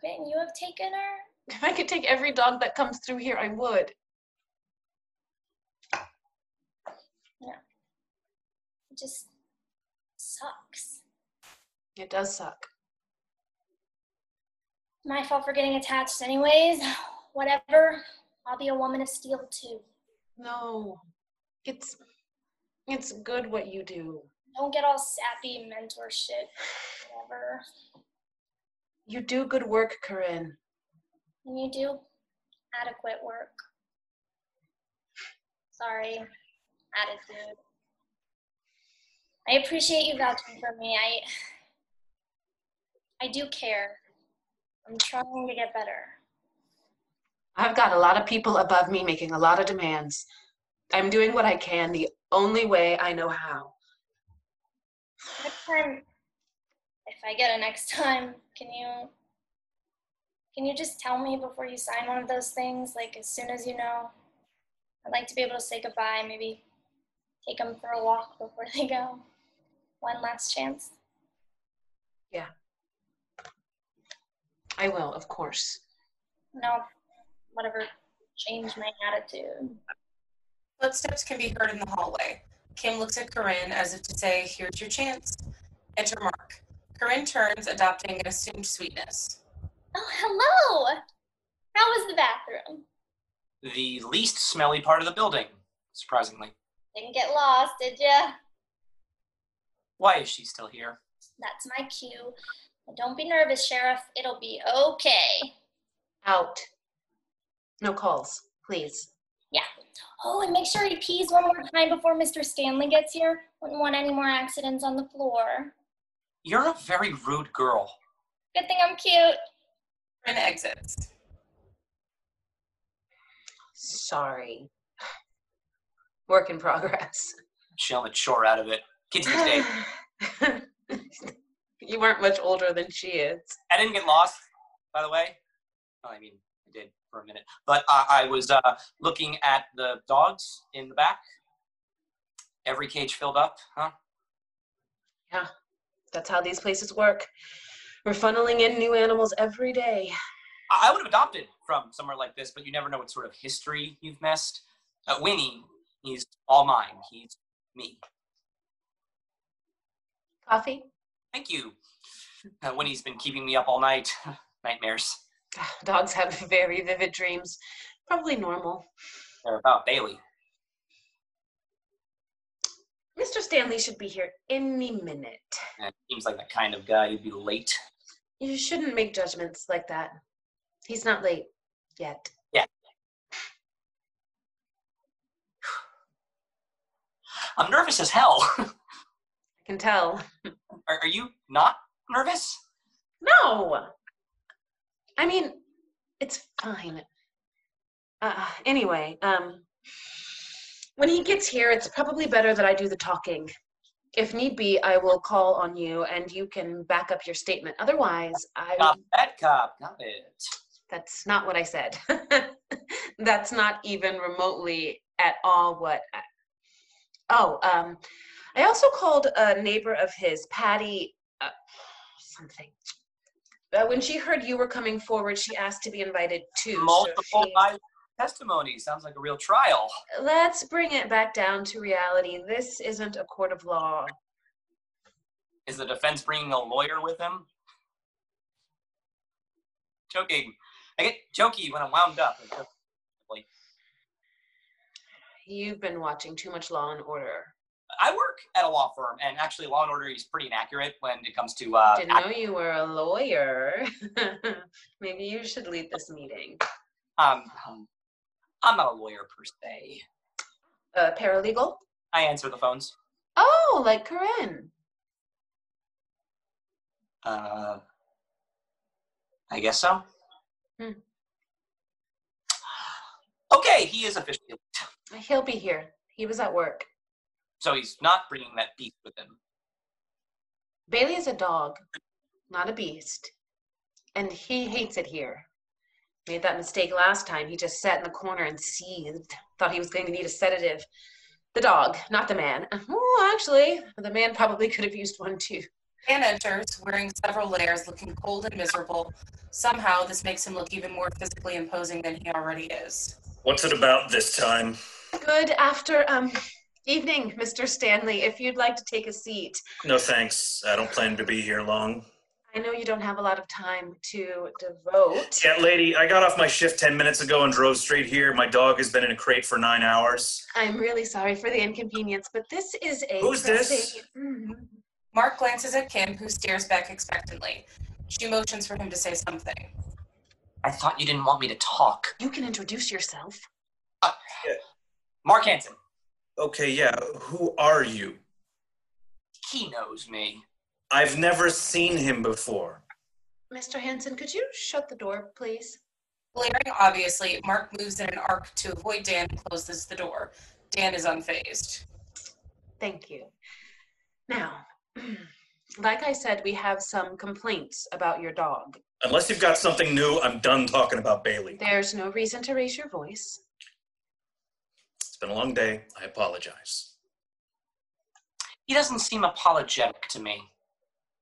Couldn't you have taken her? If I could take every dog that comes through here, I would. It just sucks. It does suck. My fault for getting attached, anyways. <sighs> Whatever. I'll be a woman of steel too. No. Oh, It's it's good what you do. Don't get all sappy mentor shit. Whatever. You do good work, Corinne. And you do adequate work. Sorry, attitude. I appreciate you vouching for me. I I do care. I'm trying to get better. I've got a lot of people above me making a lot of demands. I'm doing what I can the only way I know how. Next time, if I get it next time, can you can you just tell me before you sign one of those things? Like as soon as you know, I'd like to be able to say goodbye. Maybe take them for a walk before <laughs> they go. One last chance. I will, of course. No, whatever. Change my attitude. Footsteps can be heard in the hallway. Kim Kim looks at Corinne as if to say, Here's your chance. Enter Mark. Corinne turns, adopting an assumed sweetness. Oh, hello! How was the bathroom? The least smelly part of the building, surprisingly. Didn't get lost, did ya? Why is she still here? That's my cue. Don't be nervous, Sheriff. It'll be okay. Out. No calls, please. Yeah. Oh, and make sure he pees one more time before Mr. Stanley gets here. Wouldn't want any more accidents on the floor. You're a very rude girl. Good thing I'm cute. Corinne exits. Sorry. <sighs> Work in progress. <laughs> She'll mature out of it. Kids these days. you weren't much older than she is. I didn't get lost, by the way. Well, I mean, I did for a minute, but uh, I was uh, looking at the dogs in the back. Every cage filled up, huh? Yeah, that's how these places work. We're funneling in new animals every day. I, I would have adopted from somewhere like this, but you never know what sort of history you've missed. Uh, Winnie, he's all mine. He's me. Coffee? <sighs> Thank you. Uh, Winnie's been keeping me up all night. <laughs> Nightmares. Dogs have <laughs> very vivid dreams. Probably normal. They're about Bailey. Mr. Stanley should be here any minute. And it seems like the kind of guy who'd be late. You shouldn't make judgments like that. He's not late yet. Yeah. I'm nervous as hell. <laughs> I can tell. Are, are you not nervous? No! I mean, it's fine. Uh, anyway, um, when he gets here, it's probably better that I do the talking. If need be, I will call on you and you can back up your statement. Otherwise, I. Got that cop. Got it. That's not what I said. <laughs> That's not even remotely at all what. I, oh, um, I also called a neighbor of his, Patty, uh, something. Uh, when she heard you were coming forward, she asked to be invited too. so Multiple she- eyewitness testimony sounds like a real trial. Let's bring it back down to reality. This isn't a court of law. Is the defense bringing a lawyer with him? Joking. I get jokey when I'm wound up. You've been watching too much Law and Order. I work at a law firm, and actually, Law and Order is pretty inaccurate when it comes to. Uh, Didn't know you were a lawyer. <laughs> Maybe you should lead this meeting. um, um, I'm not a lawyer per se. Uh, paralegal? I answer the phones. Oh, like Corinne. Uh, I guess so. Hmm. Okay, he is officially. He'll be here. He was at work. So he's not bringing that beast with him. Bailey is a dog, not a beast. And he hates it here. Made that mistake last time. He just sat in the corner and seethed. Thought he was going to need a sedative. The dog, not the man. Well, actually, the man probably could have used one too. Dan enters, wearing several layers, looking cold and miserable. Somehow, this makes him look even more physically imposing than he already is. What's it about this time? Good after um evening, Mr. Stanley. If you'd like to take a seat. No thanks. I don't plan to be here long. I know you don't have a lot of time to devote. Yeah, lady, I got off my shift 10 minutes ago and drove straight here. My dog has been in a crate for nine hours. I'm really sorry for the inconvenience, but this is a Who's this? pressing- Mhm. Mark glances at Kim, who stares back expectantly. She motions for him to say something. I thought you didn't want me to talk. You can introduce yourself. Mark Hansen. Okay, yeah, who are you? He knows me. I've never seen him before. Mr. Hanson, could you shut the door, please? Glaring obviously, Mark moves in an arc to avoid Dan and closes the door. Dan is unfazed. Thank you. Now, <clears throat> like I said, we have some complaints about your dog. Unless you've got something new, I'm done talking about Bailey. There's no reason to raise your voice. It's been a long day. I apologize. He doesn't seem apologetic to me.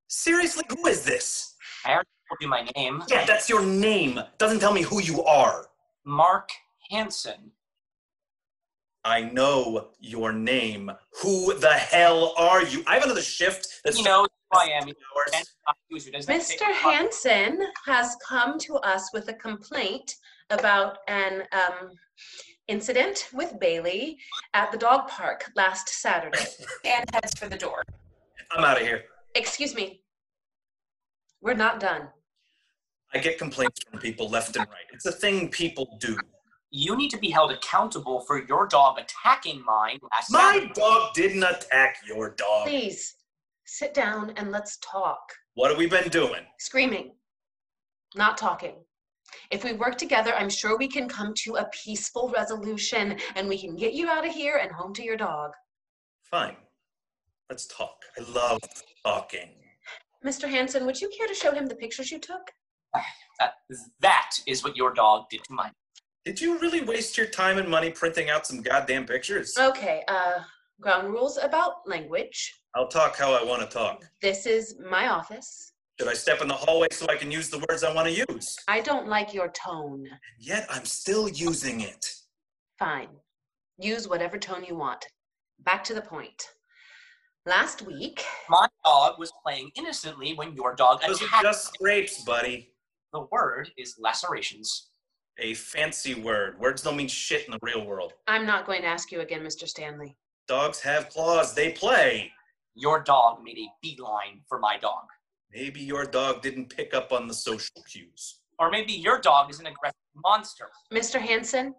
Seriously, who is this? I already told you my name. Yeah, that's your name. Doesn't tell me who you are. Mark Hansen. I know your name. Who the hell are you? I have another shift. That's You know who I am. Hours. Mr. Hansen has come to us with a complaint about an um, incident with Bailey at the dog park last Saturday. and heads for the door. I'm out of here. Excuse me. We're not done. I get complaints from people left and right. It's a thing people do. You need to be held accountable for your dog attacking mine last My Saturday. dog didn't attack your dog. Please sit down and let's talk. What have we been doing? Screaming, not talking. If we work together, I'm sure we can come to a peaceful resolution and we can get you out of here and home to your dog. Fine. Let's talk. I love talking. Mr. Hansen, would you care to show him the pictures you took? That, that is what your dog did to mine. Did you really waste your time and money printing out some goddamn pictures? Okay, uh, ground rules about language. I'll talk how I want to talk. This is my office. Should I step in the hallway so I can use the words I want to use? I don't like your tone. Yet I'm still using it. Fine. Use whatever tone you want. Back to the point. Last week, My dog was playing innocently when your dog Those are attacked. just scrapes, buddy. The word is lacerations. A fancy word. Words don't mean shit in the real world. I'm not going to ask you again, Mr. Stanley. Dogs have claws, they play. Your dog made a beeline for my dog. Maybe your dog didn't pick up on the social cues. Or maybe your dog is an aggressive monster. Mr. Hansen?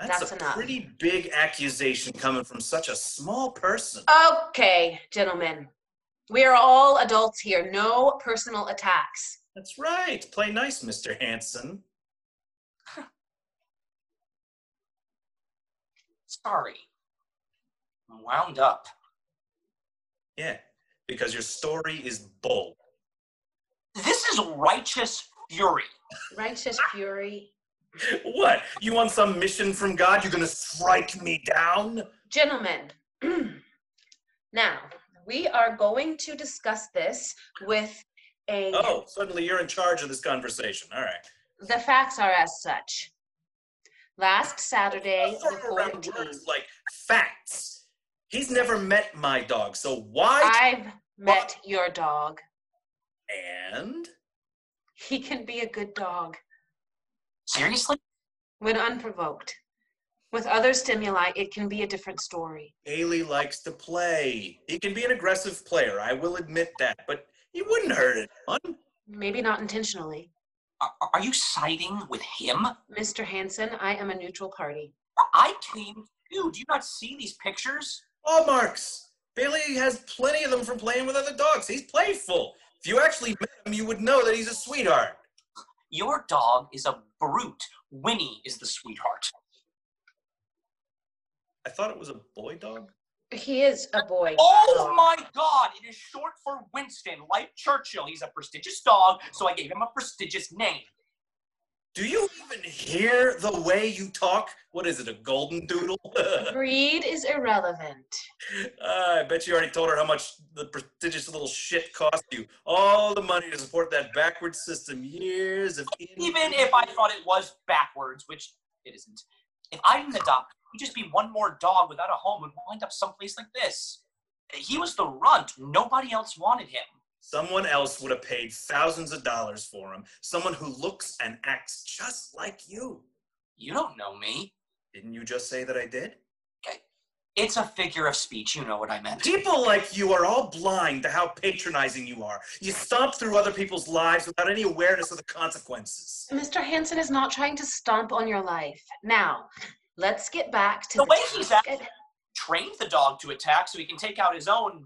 That's, That's a enough. pretty big accusation coming from such a small person. Okay, gentlemen. We are all adults here. No personal attacks. That's right. Play nice, Mr. Hanson. Sorry. I'm wound up. Yeah, because your story is bull. This is righteous fury. Righteous fury. What? You want some mission from God? You're gonna strike me down? Gentlemen, <clears throat> now we are going to discuss this with a. Oh, suddenly you're in charge of this conversation. All right. The facts are as such. Last Saturday, the Throw around 14th, words like facts. He's never met my dog, so why? I've met your dog. and He can be a good dog Seriously? when unprovoked. With other stimuli, it can be a different story. Haley likes to play. He can be an aggressive player. I will admit that, but he wouldn't hurt anyone. Maybe not intentionally. Are, are you siding with him? Mr. Hansen, I am a neutral party. I came. Dude, do you not see these pictures? Hallmarks. Bailey Oh, has plenty of them from playing with other dogs. He's playful. If you actually met him, you would know that he's a sweetheart. Your dog is a brute. Winnie is the sweetheart. I thought it was a boy dog. He is a boy. Oh my god, it is short for Winston, like Churchill. He's a prestigious dog, so I gave him a prestigious name. Do you even hear the way you talk? What is it, a golden doodle? <laughs> Breed is irrelevant. Uh, I bet you already told her how much the prestigious little shit cost you. All the money to support that backward system. Years of Even if I thought it was backwards, which it isn't. If I didn't adopt, he'd just be one more dog without a home and wind up someplace like this. He was the runt. Nobody else wanted him. someone else would have paid thousands of dollars for him. Someone who looks and acts just like you. You don't know me. Didn't you just say that I did? It's a figure of speech. You know what I meant. People like you are all blind to how patronizing you are. You stomp through other people's lives without any awareness of the consequences. Mr. Hansen is not trying to stomp on your life. Now, let's get back to The the, way he's task acting. at- Trained the dog to attack so he can take out his own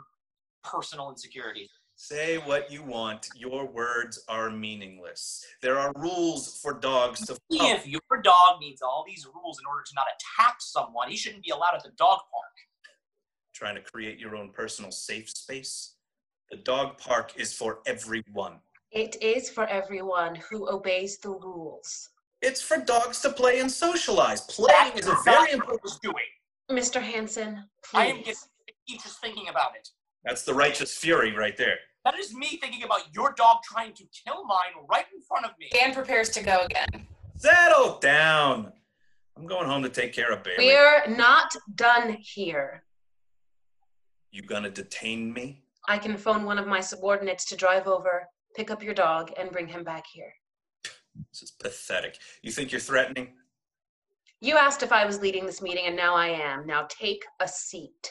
personal insecurity. Say what you want. Your words are meaningless. There are rules for dogs to Oh. follow. If your dog needs all these rules in order to not attack someone, he shouldn't be allowed at the dog park. trying to create your own personal safe space. The dog park is for everyone. It is for everyone who obeys the rules. It's for dogs to play and socialize. Playing is a very That's what important. I was doing. Mr. Hansen, I am please. just, he's just thinking about it. That's the righteous fury right there. That is me thinking about your dog trying to kill mine right in front of me. Dan prepares to go again. Settle down. I'm going home to take care of Bailey. We're not done here. You gonna detain me? I can phone one of my subordinates to drive over, pick up your dog, and bring him back here. This is pathetic. You think you're threatening? You asked if I was leading this meeting, and now I am. Now take a seat.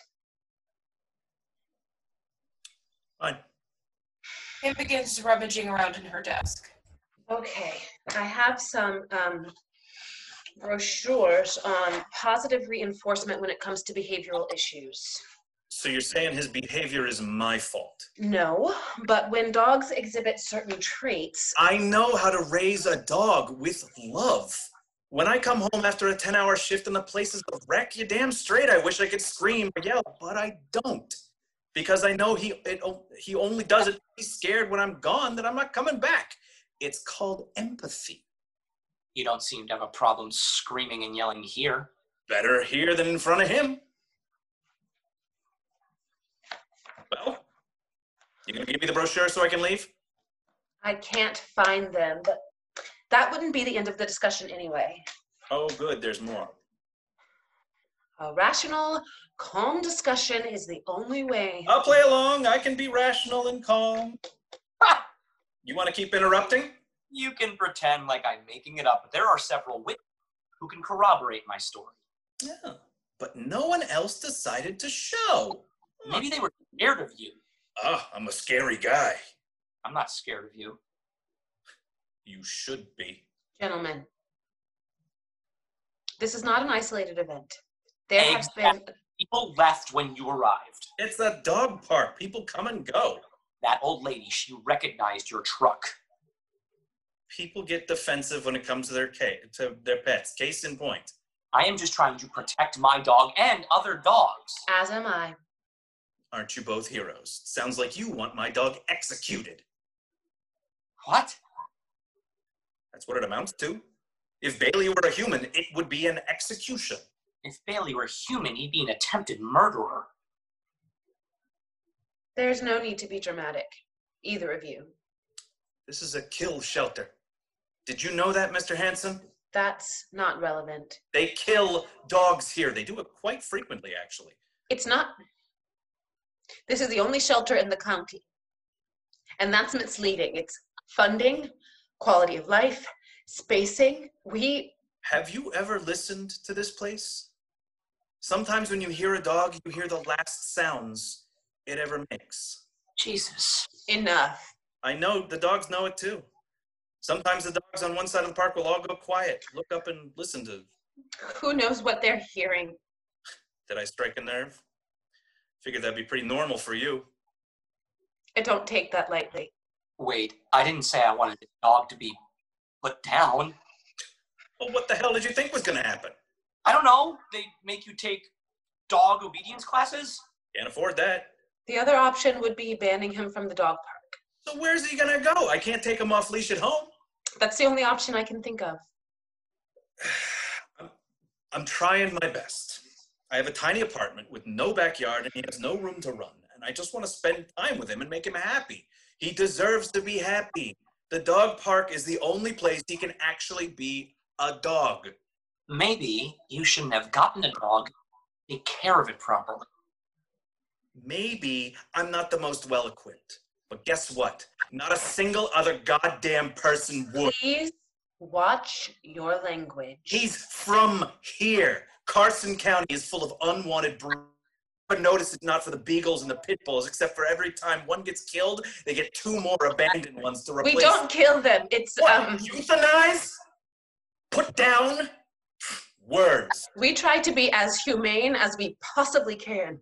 Fine. Kim begins rummaging around in her desk. Okay, I have some um, brochures on positive reinforcement when it comes to behavioral issues. So you're saying his behavior is my fault? No, but when dogs exhibit certain traits, I know how to raise a dog with love. When I come home after a 10 hour shift and the place is a wreck, you damn straight I wish I could scream or yell, but I don't. Because I know he, it, oh, he only does it, he's scared when I'm gone that I'm not coming back. It's called empathy. You don't seem to have a problem screaming and yelling here. Better here than in front of him. Well, you gonna give me the brochure so I can leave? I can't find them, but that wouldn't be the end of the discussion anyway. Oh, good, there's more. A rational, calm discussion is the only way. I'll play along. I can be rational and calm. You want to keep interrupting? You can pretend like I'm making it up, but there are several witnesses who can corroborate my story. Yeah. But no one else decided to show. Maybe they were scared of you. Ah, I'm a scary guy. I'm not scared of you. You should be. Gentlemen, this is not an isolated event. There has been People left when you arrived. It's a dog park. People come and go. That old lady, she recognized your truck. People get defensive when it comes to their ca- to their pets. Case in point. I am just trying to protect my dog and other dogs. as am I. Aren't you both heroes? Sounds like you want my dog executed. What? That's what it amounts to. If Bailey were a human, it would be an execution. If Bailey were human, he'd be an attempted murderer. There's no need to be dramatic, either of you. This is a kill shelter. Did you know that, Mr. Hanson? That's not relevant. They kill dogs here. They do it quite frequently, actually. It's not. This is the only shelter in the county. And that's misleading. It's funding, quality of life, spacing. We, Have you ever listened to this place? Sometimes when you hear a dog, you hear the last sounds it ever makes. Jesus. enough. I know the dogs know it too. Sometimes the dogs on one side of the park will all go quiet, look up and listen to. Who knows what they're hearing? Did I strike a nerve? Figured that'd be pretty normal for you. I don't take that lightly. Wait, I didn't say I wanted the dog to be put down. Well, what the hell did you think was gonna happen? I don't know. They make you take dog obedience classes? Can't afford that. The other option would be banning him from the dog park. So where's he gonna go? I can't take him off leash at home. That's the only option I can think of. I'm- I'm trying my best. I have a tiny apartment with no backyard and he has no room to run. And I just want to spend time with him and make him happy. He deserves to be happy. The dog park is the only place he can actually be a dog. Maybe you shouldn't have gotten a dog. Take care of it properly. Maybe I'm not the most well equipped, but guess what? Not a single other goddamn person would. Please watch your language. He's from here. Carson County is full of unwanted breed. But notice it's not for the beagles and the pit bulls, except for every time one gets killed, they get two more abandoned ones to replace. We don't kill them. It's What, um euthanize? Put down? Words. we try to be as humane as we possibly can.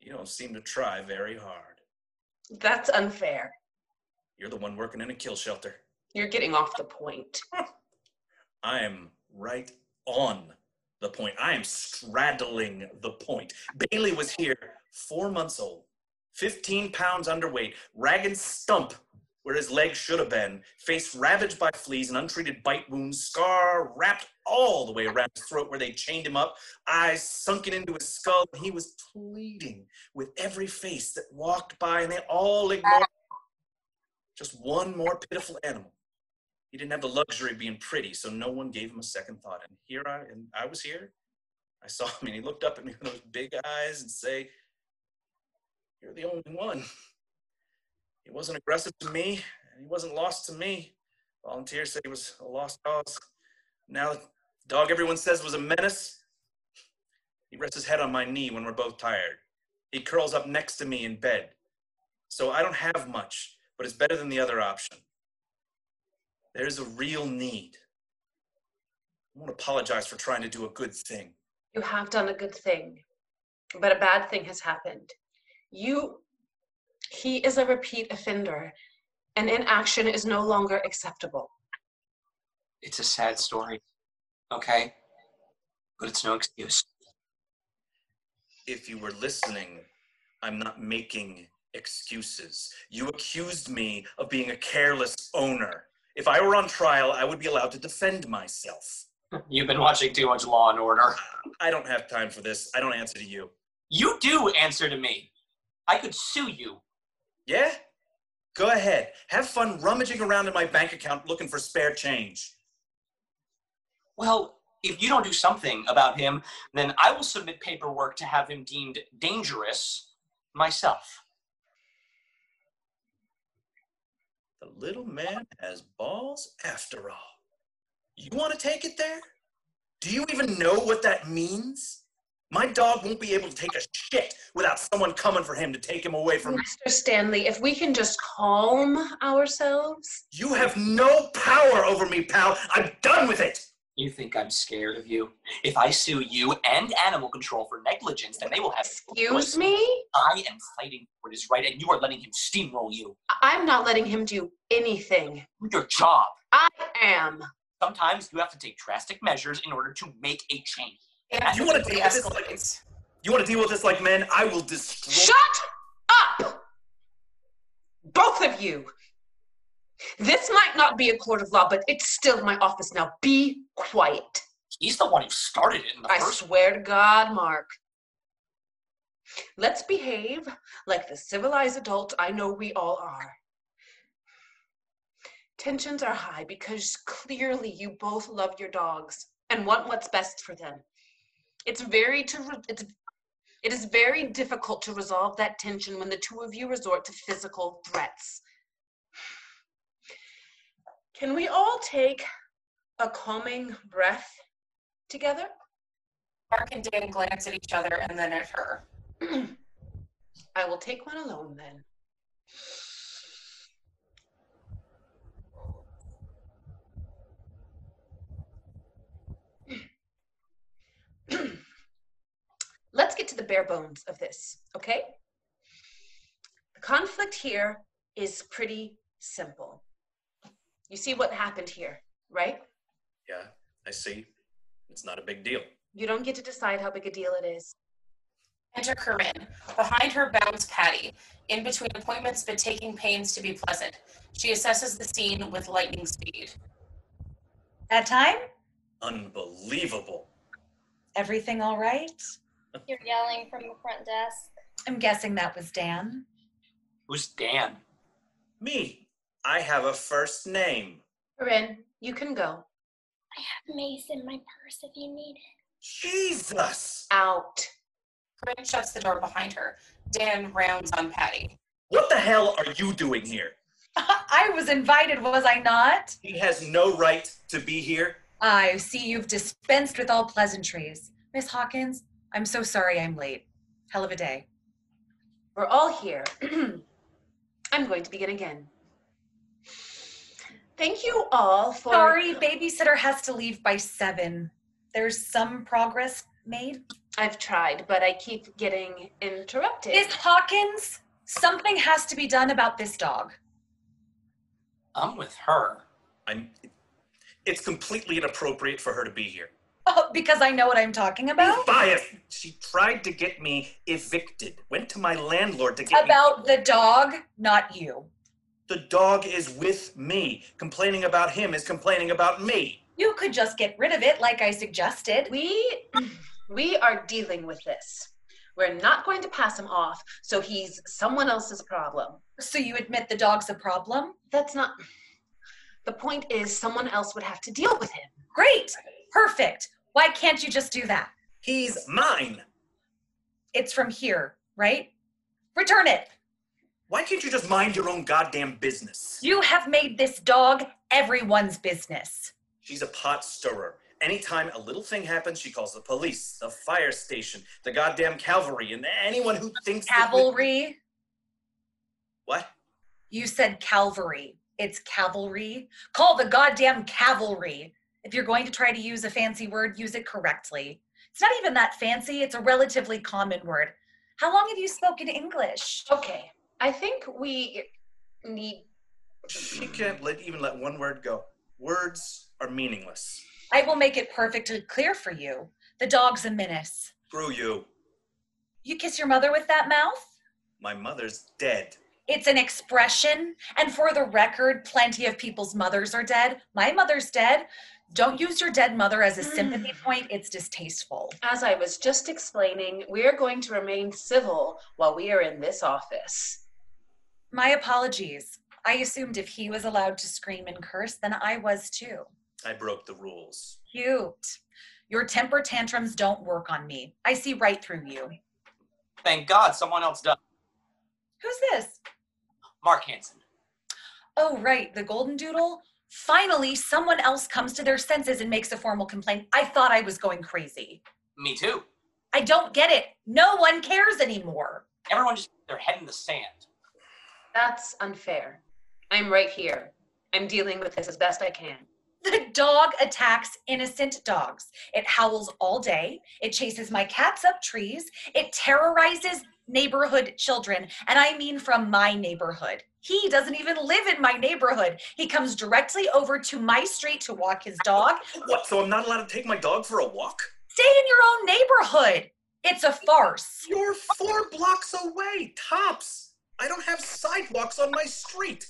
You don't seem to try very hard. That's unfair. You're the one working in a kill shelter. You're getting off the point. <laughs> I am right on the point. I am straddling the point. Bailey was here four months old, 15 pounds underweight, ragged stump where his leg should have been, face ravaged by fleas and untreated bite wounds, scar wrapped all the way around his throat where they chained him up, eyes sunken into his skull. He was pleading with every face that walked by, and they all ignored. Just one more pitiful animal. He didn't have the luxury of being pretty, so no one gave him a second thought. And here I and I was here. I saw him and he looked up at me with those big eyes and say, You're the only one. He wasn't aggressive to me, and he wasn't lost to me. Volunteers said he was a lost cause. Now the dog everyone says was a menace. He rests his head on my knee when we're both tired. He curls up next to me in bed. So I don't have much, but it's better than the other option. There's a real need. I won't apologize for trying to do a good thing. You have done a good thing, but a bad thing has happened. You, he is a repeat offender, and inaction is no longer acceptable. It's a sad story, okay? But it's no excuse. If you were listening, I'm not making excuses. You accused me of being a careless owner. If I were on trial, I would be allowed to defend myself. You've been watching too much Law and Order. <laughs> I don't have time for this. I don't answer to you. You do answer to me. I could sue you. Yeah? Go ahead. Have fun rummaging around in my bank account looking for spare change. Well, if you don't do something about him, then I will submit paperwork to have him deemed dangerous myself. The little man has balls after all. You want to take it there? Do you even know what that means? My dog won't be able to take a shit without someone coming for him to take him away from me. Mr. Stanley, if we can just calm ourselves. You have no power over me, pal. I'm done with it. You think I'm scared of you? If I sue you and animal control for negligence, then they will have. Excuse me? I am fighting for what is right, and you are letting him steamroll you. I- I'm not letting him do anything. Do Your job. I am. Sometimes you have to take drastic measures in order to make a change. It You wanna quickly do this, like- escalates. You want to deal with this like men? I will destroy. Shut up! Both of you! This might not be a court of law, but it's still my office now. Be quiet. He's the one who started it in the I first. swear to God, Mark. Let's behave like the civilized adults I know we all are. Tensions are high because clearly you both love your dogs and want what's best for them. It's very to re- it's it is very difficult to resolve that tension when the two of you resort to physical threats. Can we all take a calming breath together? Mark and Dan glance at each other and then at her. <clears throat> I will take one alone then. Let's get to the bare bones of this, okay? The conflict here is pretty simple. You see what happened here, right? Yeah, I see. It's not a big deal. You don't get to decide how big a deal it is. Enter Corinne. Behind her bounds Patty, in between appointments but taking pains to be pleasant. She assesses the scene with lightning speed. That time? Unbelievable. Everything all right? You're yelling from the front desk. I'm guessing that was Dan. <laughs> Who's Dan? Me. I have a first name. Corinne, you can go I have mace in my purse if you need it. Jesus. out. Corinne shuts the door behind her. Dan rounds on Patty. What the hell are you doing here? I was invited, was I not? He has no right to be here. I see you've dispensed with all pleasantries. Miss Hawkins, I'm so sorry I'm late. Hell of a day. We're all here. <clears throat> I'm going to begin again. Thank you all for. Sorry, babysitter has to leave by seven. There's some progress made. I've tried, but I keep getting interrupted. Miss Hawkins, something has to be done about this dog. I'm with her. I'm. It's completely inappropriate for her to be here. Oh, because I know what I'm talking about? Bias. She tried to get me evicted. Went to my landlord to get About the dog, not you. me. The dog is with me. Complaining about him is complaining about me. You could just get rid of it like I suggested. we we are dealing with this. We're not going to pass him off, so he's someone else's problem. So you admit the dog's a problem? That's not The point is, someone else would have to deal with him. Great. Perfect. Why can't you just do that? He's mine. It's from here, right? Return it. Why can't you just mind your own goddamn business? You have made this dog everyone's business. She's a pot stirrer. Anytime a little thing happens, she calls the police, the fire station, the goddamn cavalry, and anyone who thinks that we- Cavalry. What? You said cavalry. It's cavalry. Call the goddamn cavalry. If you're going to try to use a fancy word, use it correctly. It's not even that fancy, it's a relatively common word. How long have you spoken English? Okay, I think we need. She can't let even let one word go. Words are meaningless. I will make it perfectly clear for you. The dog's a menace. Screw you. You kiss your mother with that mouth? My mother's dead. It's an expression. And for the record, plenty of people's mothers are dead. My mother's dead. Don't use your dead mother as a sympathy point. It's distasteful. As I was just explaining, we are going to remain civil while we are in this office. My apologies. I assumed if he was allowed to scream and curse, then I was too. I broke the rules. Cute. Your temper tantrums don't work on me. I see right through you. Thank God someone else does. Who's this? Mark Hansen. Oh, right, the golden doodle. Finally, someone else comes to their senses and makes a formal complaint. I thought I was going crazy. Me too. I don't get it. No one cares anymore. Everyone just their head in the sand. That's unfair. I'm right here. I'm dealing with this as best I <laughs> can. The dog attacks innocent dogs. It howls all day. It chases my cats up trees. It terrorizes neighborhood children. And I mean from my neighborhood. He doesn't even live in my neighborhood. He comes directly over to my street to walk his dog. What? So I'm not allowed to take my dog for a walk? Stay in your own neighborhood. It's a farce. You're four blocks away, tops. I don't have sidewalks on my street.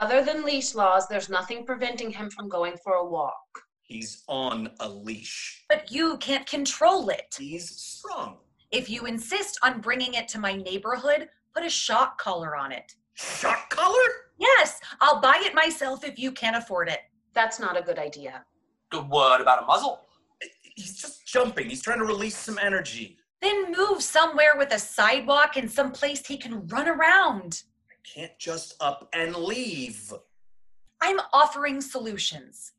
Other than leash laws, there's nothing preventing him from going for a walk. He's on a leash. But you can't control it. He's strong. If you insist on bringing it to my neighborhood, put a shock collar on it. Shock collar? Yes, I'll buy it myself if you can't afford it. That's not a good idea. Good word about a muzzle. He's just jumping. He's trying to release some energy. Then move somewhere with a sidewalk and some place he can run around. I can't just up and leave. I'm offering solutions.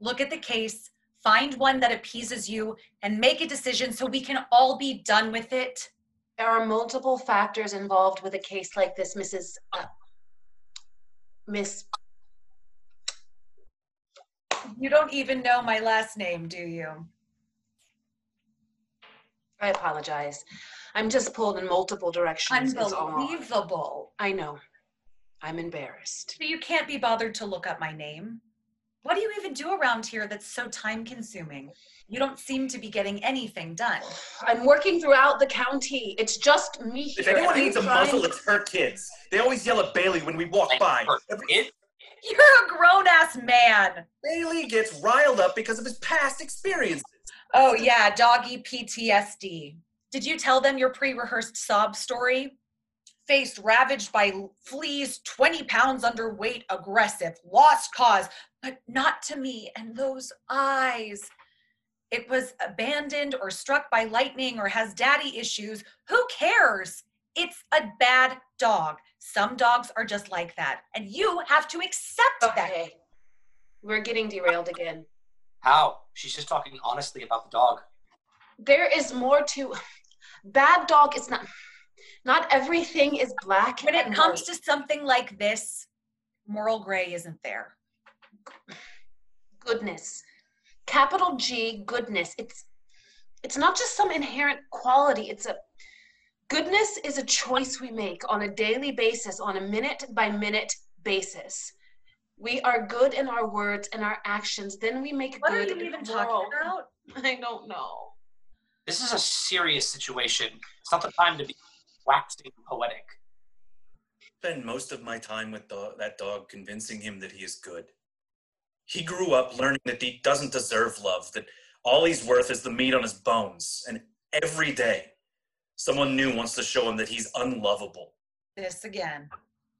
Look at the case, find one that appeases you, and make a decision so we can all be done with it. There are multiple factors involved with a case like this, Mrs. Uh, Miss. You don't even know my last name, do you? I apologize. I'm just pulled in multiple directions. is all. Unbelievable. I know. I'm embarrassed. But you can't be bothered to look up my name. What do you even do around here that's so time consuming? You don't seem to be getting anything done. I'm working throughout the county. It's just me here. If anyone I'm needs a trying- muzzle, it's her kids. They always yell at Bailey when we walk by. It, <laughs> You're a grown ass man. Bailey gets riled up because of his past experiences. Oh, yeah, doggy PTSD. Did you tell them your pre rehearsed sob story? Face ravaged by l- fleas, 20 pounds underweight, aggressive, lost cause, but not to me and those eyes. It was abandoned or struck by lightning or has daddy issues. Who cares? It's a bad dog. Some dogs are just like that, and you have to accept that. Okay. We're getting derailed again. how? She's just talking honestly about the dog. There is more to. Bad dog is not. Not everything is black. When it and comes white. to something like this, moral gray isn't there. goodness capital g goodness it's it's not just some inherent quality it's a goodness is a choice we make on a daily basis on a minute by minute basis we are good in our words and our actions then we make What are good you in even the talking world. about? <laughs> i don't know This is a serious situation. It's not the time to be waxing poetic. Spend most of my time with the, that dog convincing him that he is good. He grew up learning that he doesn't deserve love, that all he's worth is the meat on his bones. And every day, someone new wants to show him that he's unlovable. This again.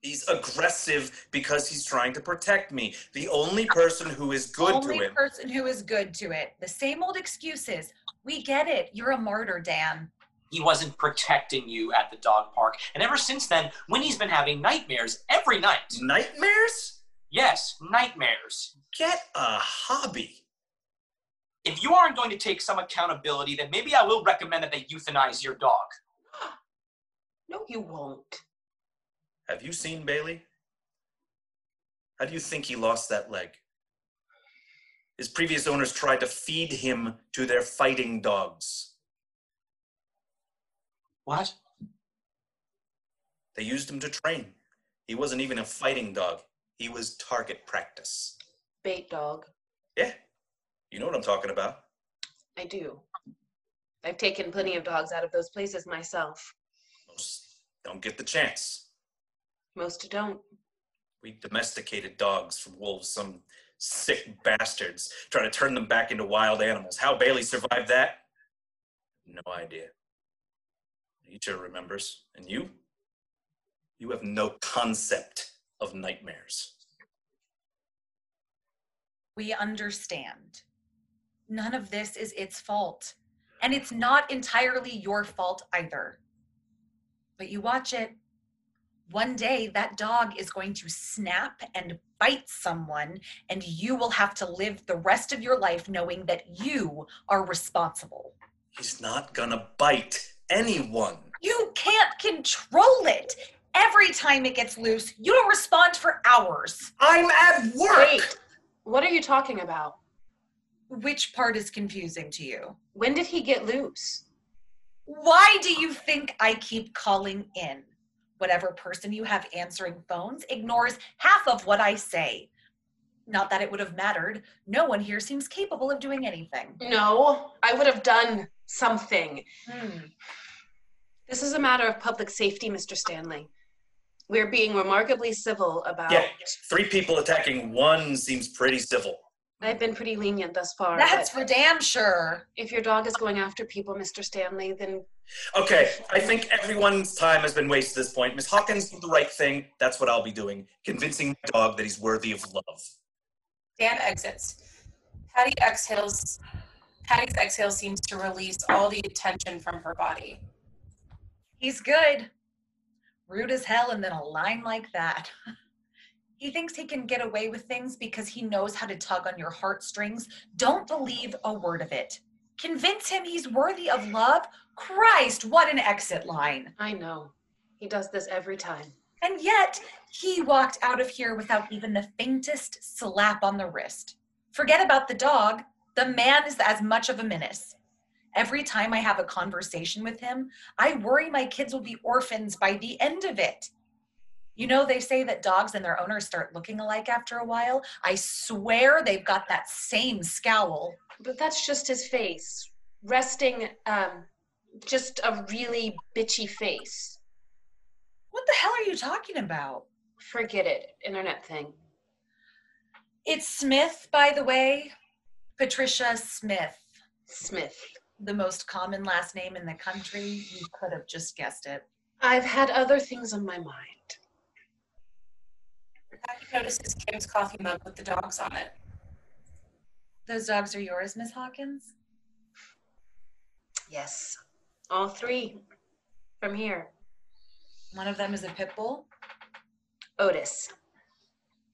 He's aggressive because he's trying to protect me. The only person who is good Only to him. person who is good to it. The same old excuses. We get it. You're a martyr, Dan. He wasn't protecting you at the dog park. And ever since then, Winnie's been having nightmares every night. Nightmares? Yes, nightmares. Get a hobby. If you aren't going to take some accountability, then maybe I will recommend that they euthanize your dog. <gasps> No, you won't. Have you seen Bailey? How do you think he lost that leg? His previous owners tried to feed him to their fighting dogs. What? They used him to train. He wasn't even a fighting dog, he was target practice. Bait dog. Yeah, you know what I'm talking about. I do. I've taken plenty of dogs out of those places myself. Most don't get the chance. Most don't. We domesticated dogs from wolves, some sick bastards, try to turn them back into wild animals. How Bailey survived that? No idea. He sure remembers. And you? You have no concept of nightmares. We understand. None of this is its fault. And it's not entirely your fault either. But you watch it. One day that dog is going to snap and bite someone, and you will have to live the rest of your life knowing that you are responsible. He's not gonna bite anyone. You can't control it. Every time it gets loose, you don't respond for hours. I'm at work! Wait, what are you talking about? Which part is confusing to you? When did he get loose? Why do you think I keep calling in? Whatever person you have answering phones ignores half of what I say. Not that it would have mattered. No one here seems capable of doing anything. No, I would have done something. Hmm. This is a matter of public safety, Mr. Stanley. We're being remarkably civil about. Yeah, three people attacking one seems pretty civil. I've been pretty lenient thus far. but That's for damn sure. if your dog is going after people, Mr. Stanley, then Okay, I think everyone's time has been wasted at this point. Miss Hawkins did the right thing. That's what I'll be doing, convincing my dog that he's worthy of love. Dan exits. Patty exhales. Patty's exhale seems to release all the tension from her body. He's good. Rude as hell, and then a line like that. <laughs> he thinks he can get away with things because he knows how to tug on your heartstrings. Don't believe a word of it. Convince him he's worthy of love? Christ, what an exit line. I know. He does this every time. And yet, he walked out of here without even the faintest slap on the wrist. Forget about the dog. The man is as much of a menace. Every time I have a conversation with him, I worry my kids will be orphans by the end of it. You know, they say that dogs and their owners start looking alike after a while. I swear they've got that same scowl. But that's just his face, resting, um, just a really bitchy face. What the hell are you talking about? Forget it, internet thing. It's Smith, by the way. Patricia Smith, Smith. the most common last name in the country. You could have just guessed it. I've had other things on my mind. Patty notices Kim's coffee mug with the dogs on it. Those dogs are yours, Miss Hawkins? Yes. All three from here. One of them is a pit bull. Otis.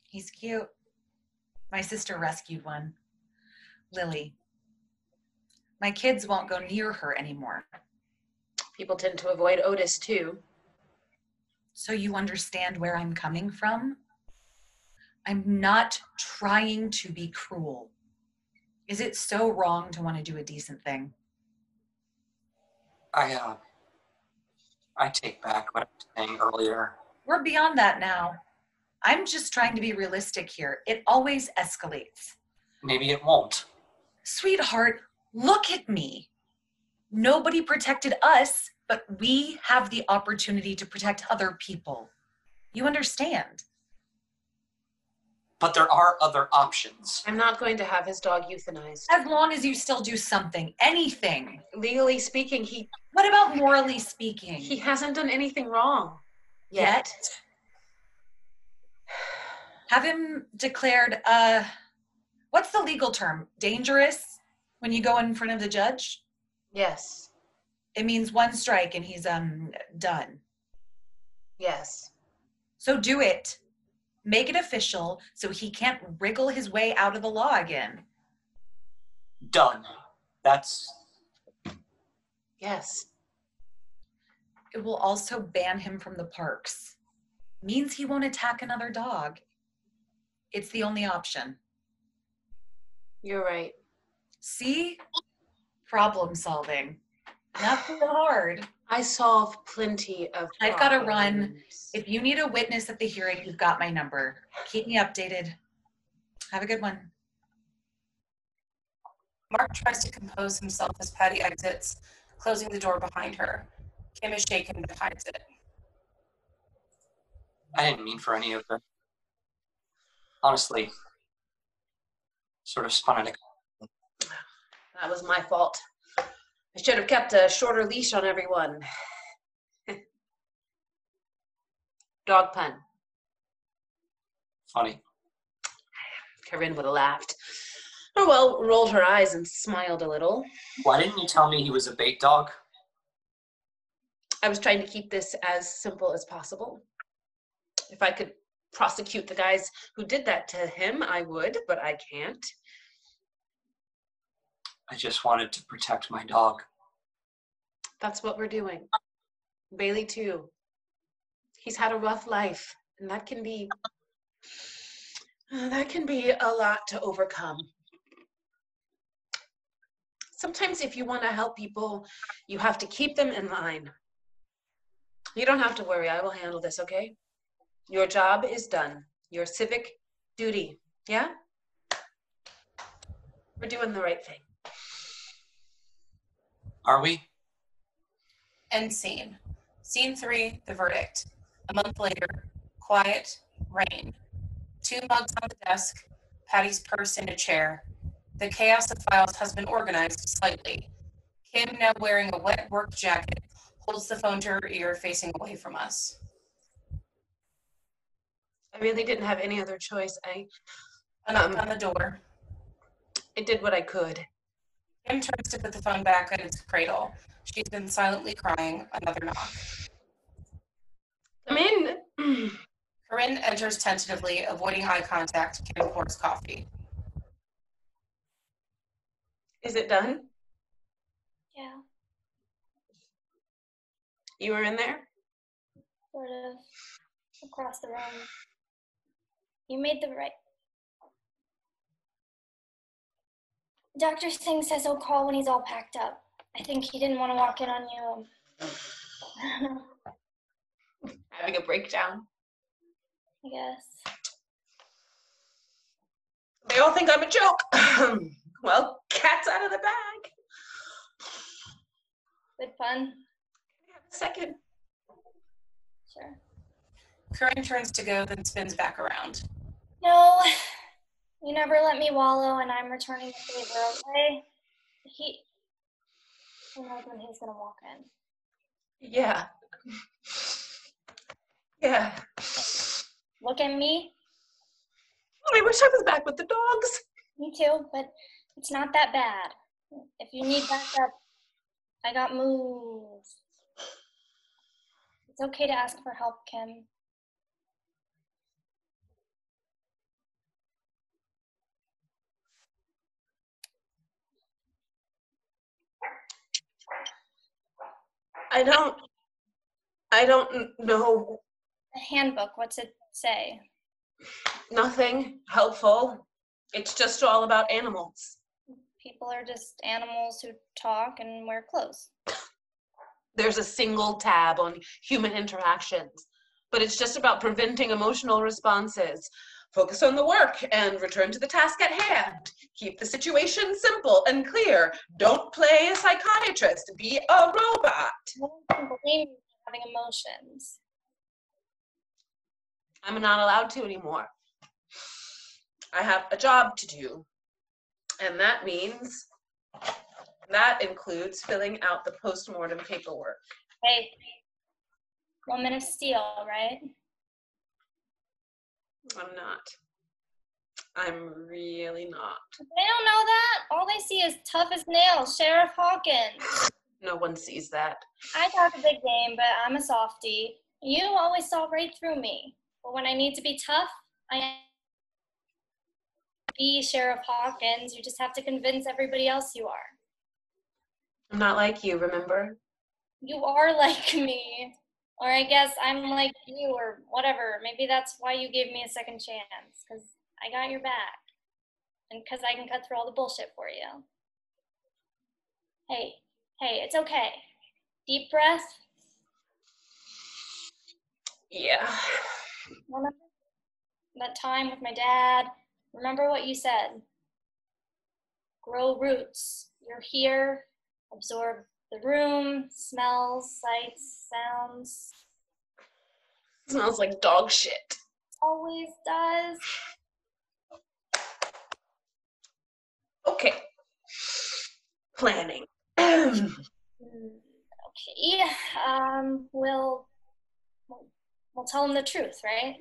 He's cute. My sister rescued one, Lily. My kids won't go near her anymore. People tend to avoid Otis too. So you understand where I'm coming from? I'm not trying to be cruel. Is it so wrong to want to do a decent thing? I, uh, I take back what I was saying earlier. We're beyond that now. I'm just trying to be realistic here. It always escalates. Maybe it won't. Sweetheart, look at me. Nobody protected us, but we have the opportunity to protect other people. You understand? But there are other options. I'm not going to have his dog euthanized. As long as you still do something, anything. Legally speaking, he What about morally speaking? he hasn't done anything wrong Yet? Have him declared, uh, what's the legal term? Dangerous when you go in front of the judge? Yes. It means one strike and he's um done. Yes. So do it. Make it official so he can't wriggle his way out of the law again. Done. That's Yes. It will also ban him from the parks. Means he won't attack another dog. It's the only option. You're right. See? Problem solving. Not so hard. I solve plenty of. I've got to problems. run. If you need a witness at the hearing, you've got my number. Keep me updated. Have a good one. Mark tries to compose himself as Patty exits, closing the door behind her. Kim is shaken but hides it. I didn't mean for any of the. Honestly, sort of spun out. of- That was my fault. I should have kept a shorter leash on everyone. <laughs> Dog pun. Funny. Corinne would have laughed. Or, well, rolled her eyes and smiled a little. Why didn't you tell me he was a bait dog? I was trying to keep this as simple as possible. If I could prosecute the guys who did that to him, I would, but I can't. I just wanted to protect my dog. That's what we're doing. Bailey, too. He's had a rough life, and that can be. That can be a lot to overcome. Sometimes, if you want to help people, you have to keep them in line. You don't have to worry. I will handle this, okay? Your job is done. Your civic duty. Yeah? We're doing the right thing. Are we? End scene. Scene three, the verdict. A month later, quiet, rain. Two mugs on the desk, Patty's purse in a chair. The chaos of files has been organized slightly. Kim, now wearing a wet work jacket, holds the phone to her ear, facing away from us. I really didn't have any other choice. I A knock Um, on the door. I did what I could. Kim turns to put the phone back in its cradle. She's been silently crying. Another knock. Come in. Corinne enters tentatively, avoiding eye contact. Kim pours coffee. Is it done? Yeah, You were in there? sort of. Across the room. You made the right. Dr. Singh says he'll call when he's all packed up. I think he didn't want to walk in on you. Having a breakdown. I guess. They all think I'm a joke. <laughs> well, cat's out of the bag. Good fun. Second. Sure. Corinne turns to go, then spins back around. No, you never let me wallow, and I'm returning the favor away. He. Who knows when he's gonna walk in? Yeah. <laughs> Yeah. Look at me. I wish I was back with the dogs. Me too, but it's not that bad. If you need backup, I got moves. It's okay to ask for help, Kim. I don't. I don't know. The handbook, what's it say? Nothing helpful. It's just all about animals. People are just animals who talk and wear clothes. There's a single tab on human interactions, but it's just about preventing emotional responses. Focus on the work and return to the task at hand. Keep the situation simple and clear. Don't play a psychiatrist. Be a robot. No one can blame you for having emotions. I'm not allowed to anymore. I have a job to do. And that means that includes filling out the postmortem paperwork. Hey, woman of steel, right? I'm not. I'm really not. They don't know that. All they see is tough as nails, Sheriff Hawkins. No one sees that. I talk a big game, but I'm a softie. You always saw right through me. But when I need to be tough, I be Sheriff Hawkins. You just have to convince everybody else you are. I'm not like you, remember? <laughs> You are <laughs> like me. Or I guess I'm like you, or whatever. Maybe that's why you gave me a second chance, because I got your back. And because I can cut through all the bullshit for you. Hey, hey, it's okay. Deep breath. Yeah. <sighs> Remember that time with my dad? Remember what you said. Grow roots. You're here. Absorb the room, smells, sights, sounds. smells like dog shit. Always does. Okay. Planning. Mm, Okay. Um, we'll, we'll we'll tell him the truth, right?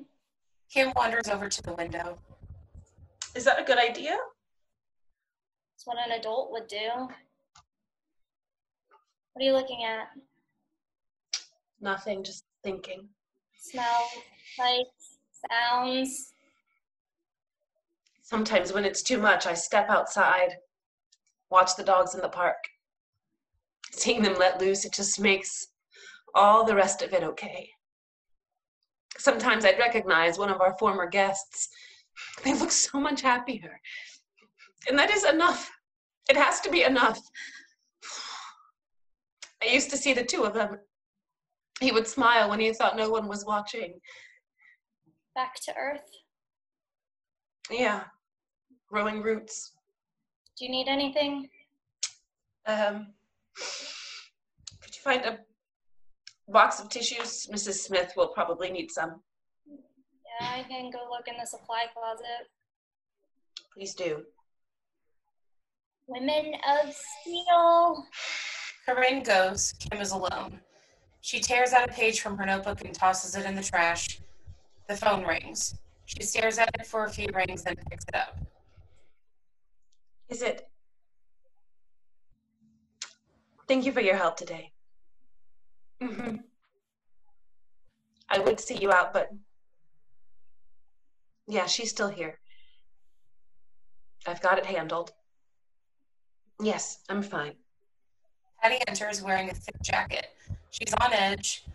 Kim wanders over to the window. Is that a good idea? It's what an adult would do. What are you looking at? Nothing, just thinking. Smells, sights, sounds. Sometimes when it's too much, I step outside, watch the dogs in the park. Seeing them let loose, it just makes all the rest of it okay. Sometimes I'd recognize one of our former guests. They look so much happier. And that is enough. It has to be enough. I used to see the two of them. He would smile when he thought no one was watching. Back to earth. Yeah, growing roots. Do you need anything? Um, could you find a box of tissues? Mrs. Smith will probably need some. Yeah, I can go look in the supply closet. Please do. Women of Steel. Corinne goes. Kim is alone. She tears out a page from her notebook and tosses it in the trash. The phone rings. She stares at it for a few rings, then picks it up. Is it? Thank you for your help today. hmm I would see you out, but yeah, she's still here. I've got it handled. Yes, I'm fine. Patty enters wearing a thick jacket. She's on edge,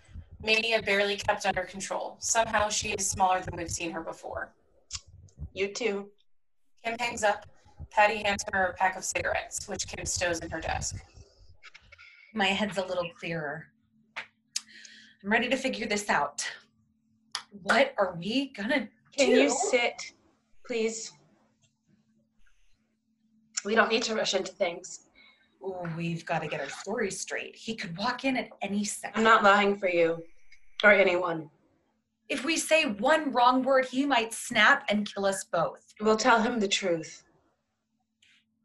mania barely kept under control. Somehow she is smaller than we've seen her before. You too. Kim hangs up. Patty hands her a pack of cigarettes, which Kim stows in her desk. My head's a little clearer. I'm ready to figure this out. What are we gonna Can do? you sit, please? We don't need to rush into things. Ooh, we've got to get our story straight. He could walk in at any second. I'm not lying for you or anyone. if we say one wrong word, he might snap and kill us both. We'll tell him the truth.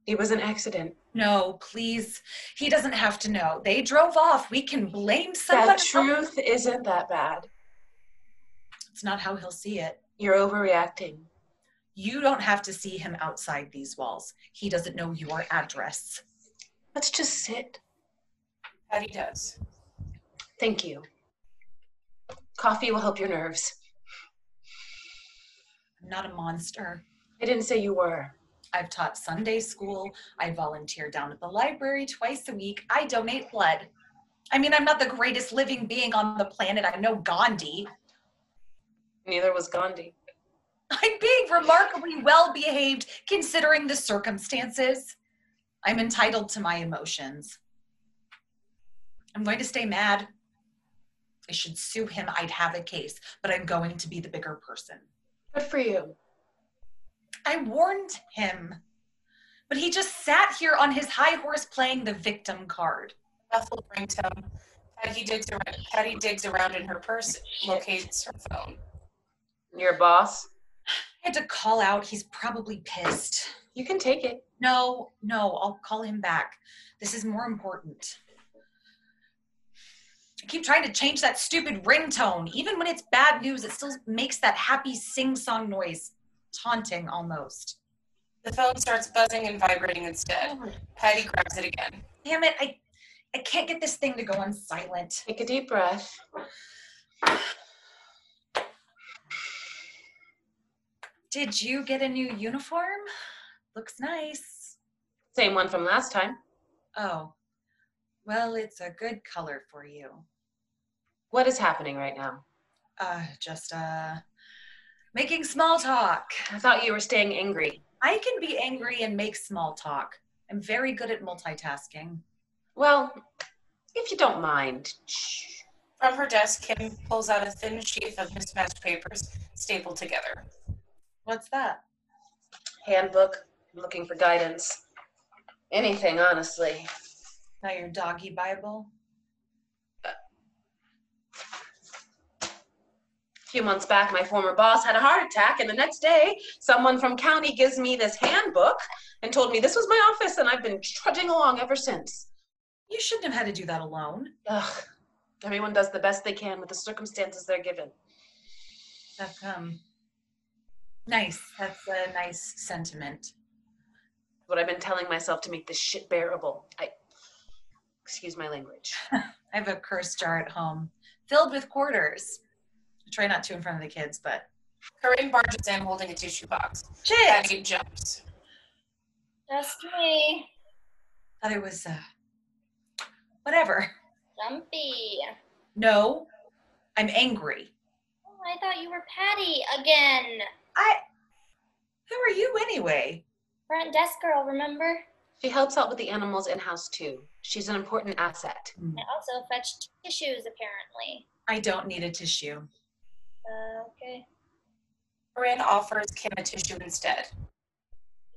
It was an accident. No, please. He doesn't have to know. They drove off. We can blame someone. That else. truth isn't that bad. It's not how he'll see it. You're overreacting. You don't have to see him outside these walls. He doesn't know your address. Let's just sit. Patty does. Thank you. Coffee will help your nerves. I'm not a monster. I didn't say you were. I've taught Sunday school. I volunteer down at the library twice a week. I donate blood. I mean, I'm not the greatest living being on the planet. I'm no Gandhi. Neither was Gandhi. I'm being remarkably well behaved considering the circumstances. I'm entitled to my emotions. I'm going to stay mad. I should sue him. I'd have a case, but I'm going to be the bigger person. Good for you. I warned him, but he just sat here on his high horse playing the victim card. Muffled ringtone. Patty digs around. Patty digs around in her purse, locates her phone. Your boss? I had to call out. He's probably pissed. You can take it. No, no, I'll call him back. This is more important. I keep trying to change that stupid ringtone. Even when it's bad news, it still makes that happy sing song noise. Taunting almost. Oh The phone starts buzzing and vibrating instead. Patty grabs it again. Damn it, I, I can't get this thing to go on silent. Take a deep breath. Did you get a new uniform? Looks nice. Same one from last time. Oh, well, it's a good color for you. What is happening right now? Uh, just, uh, making small talk. I thought you were staying angry. I can be angry and make small talk. I'm very good at multitasking. Well, if you don't mind. From her desk, Kim pulls out a thin sheaf of mismatched papers stapled together. What's that? Handbook, looking for guidance. Anything, honestly. Not your doggy Bible? A few months back, my former boss had a heart attack, and the next day, someone from county gives me this handbook and told me this was my office, and I've been trudging along ever since. You shouldn't have had to do that alone. Ugh. Everyone does the best they can with the circumstances they're given. That's, um, nice. That's a nice sentiment. What I've been telling myself to make this shit bearable. I excuse my language. I have a curse jar at home filled with quarters. I try not to in front of the kids, but Corinne barges in holding a tissue box. shit. Patty jumps. Just me. Thought it was uh, whatever. Jumpy. No, I'm angry. Oh, I thought you were Patty again. I. Who are you anyway? Front desk girl, remember? She helps out with the animals in house too. She's an important asset. I also fetched tissues, apparently. Mm. I don't need a tissue. Uh, okay. Corinne offers Kim a tissue instead.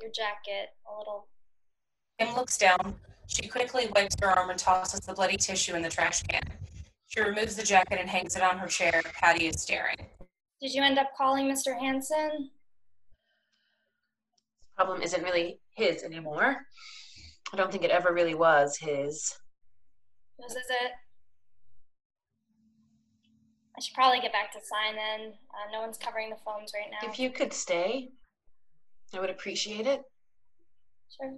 Your jacket, a little. Kim looks down. She quickly wipes her arm and tosses the bloody tissue in the trash can. She removes the jacket and hangs it on her chair. Patty is staring. Did you end up calling Mr. Hanson? Problem isn't really his anymore. I don't think it ever really was his. This is it. I should probably get back to sign in. Uh, no one's covering the phones right now. If you could stay, I would appreciate it. sure.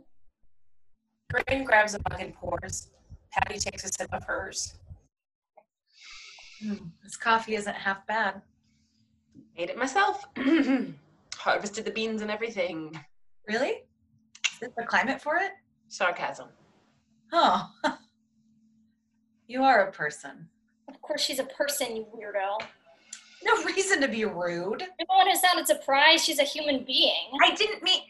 Corinne grabs a mug and pours. Patty takes a sip of hers. Hmm, This coffee isn't half bad. Made it myself. <clears throat> Harvested the beans and everything. Really? Is this the climate for it? Sarcasm. Huh. <laughs> you are a person. Of course, she's a person, you weirdo. No reason to be rude. You're the one who sounded surprised. She's a human being. I didn't mean.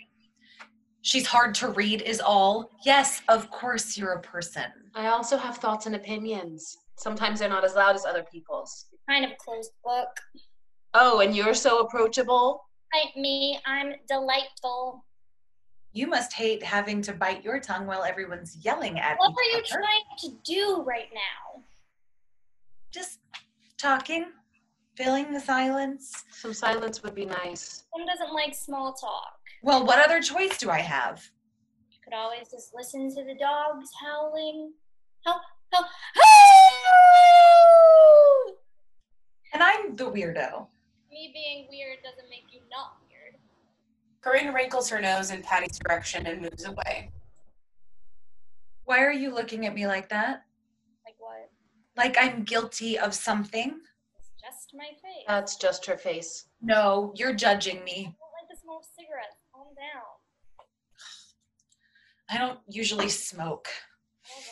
She's hard to read, is all. Yes, of course you're a person. I also have thoughts and opinions. Sometimes they're not as loud as other people's. Kind of closed book. Oh, and you're so approachable. Like me, I'm delightful. You must hate having to bite your tongue while everyone's yelling at What each are you other. trying to do right now? Just talking, filling the silence. Some silence would be nice. Kim doesn't like small talk. Well, what other choice do I have? You could always just listen to the dogs howling. Help, <laughs> help, help! And I'm the weirdo. Me being weird doesn't make you not weird. Corinne wrinkles her nose in Patty's direction and moves away. Why are you looking at me like that? Like what? Like I'm guilty of something? It's just my face. I That's just her face. No, you're judging me. don't like the smell of cigarettes. Calm down. I don't usually smoke. Over.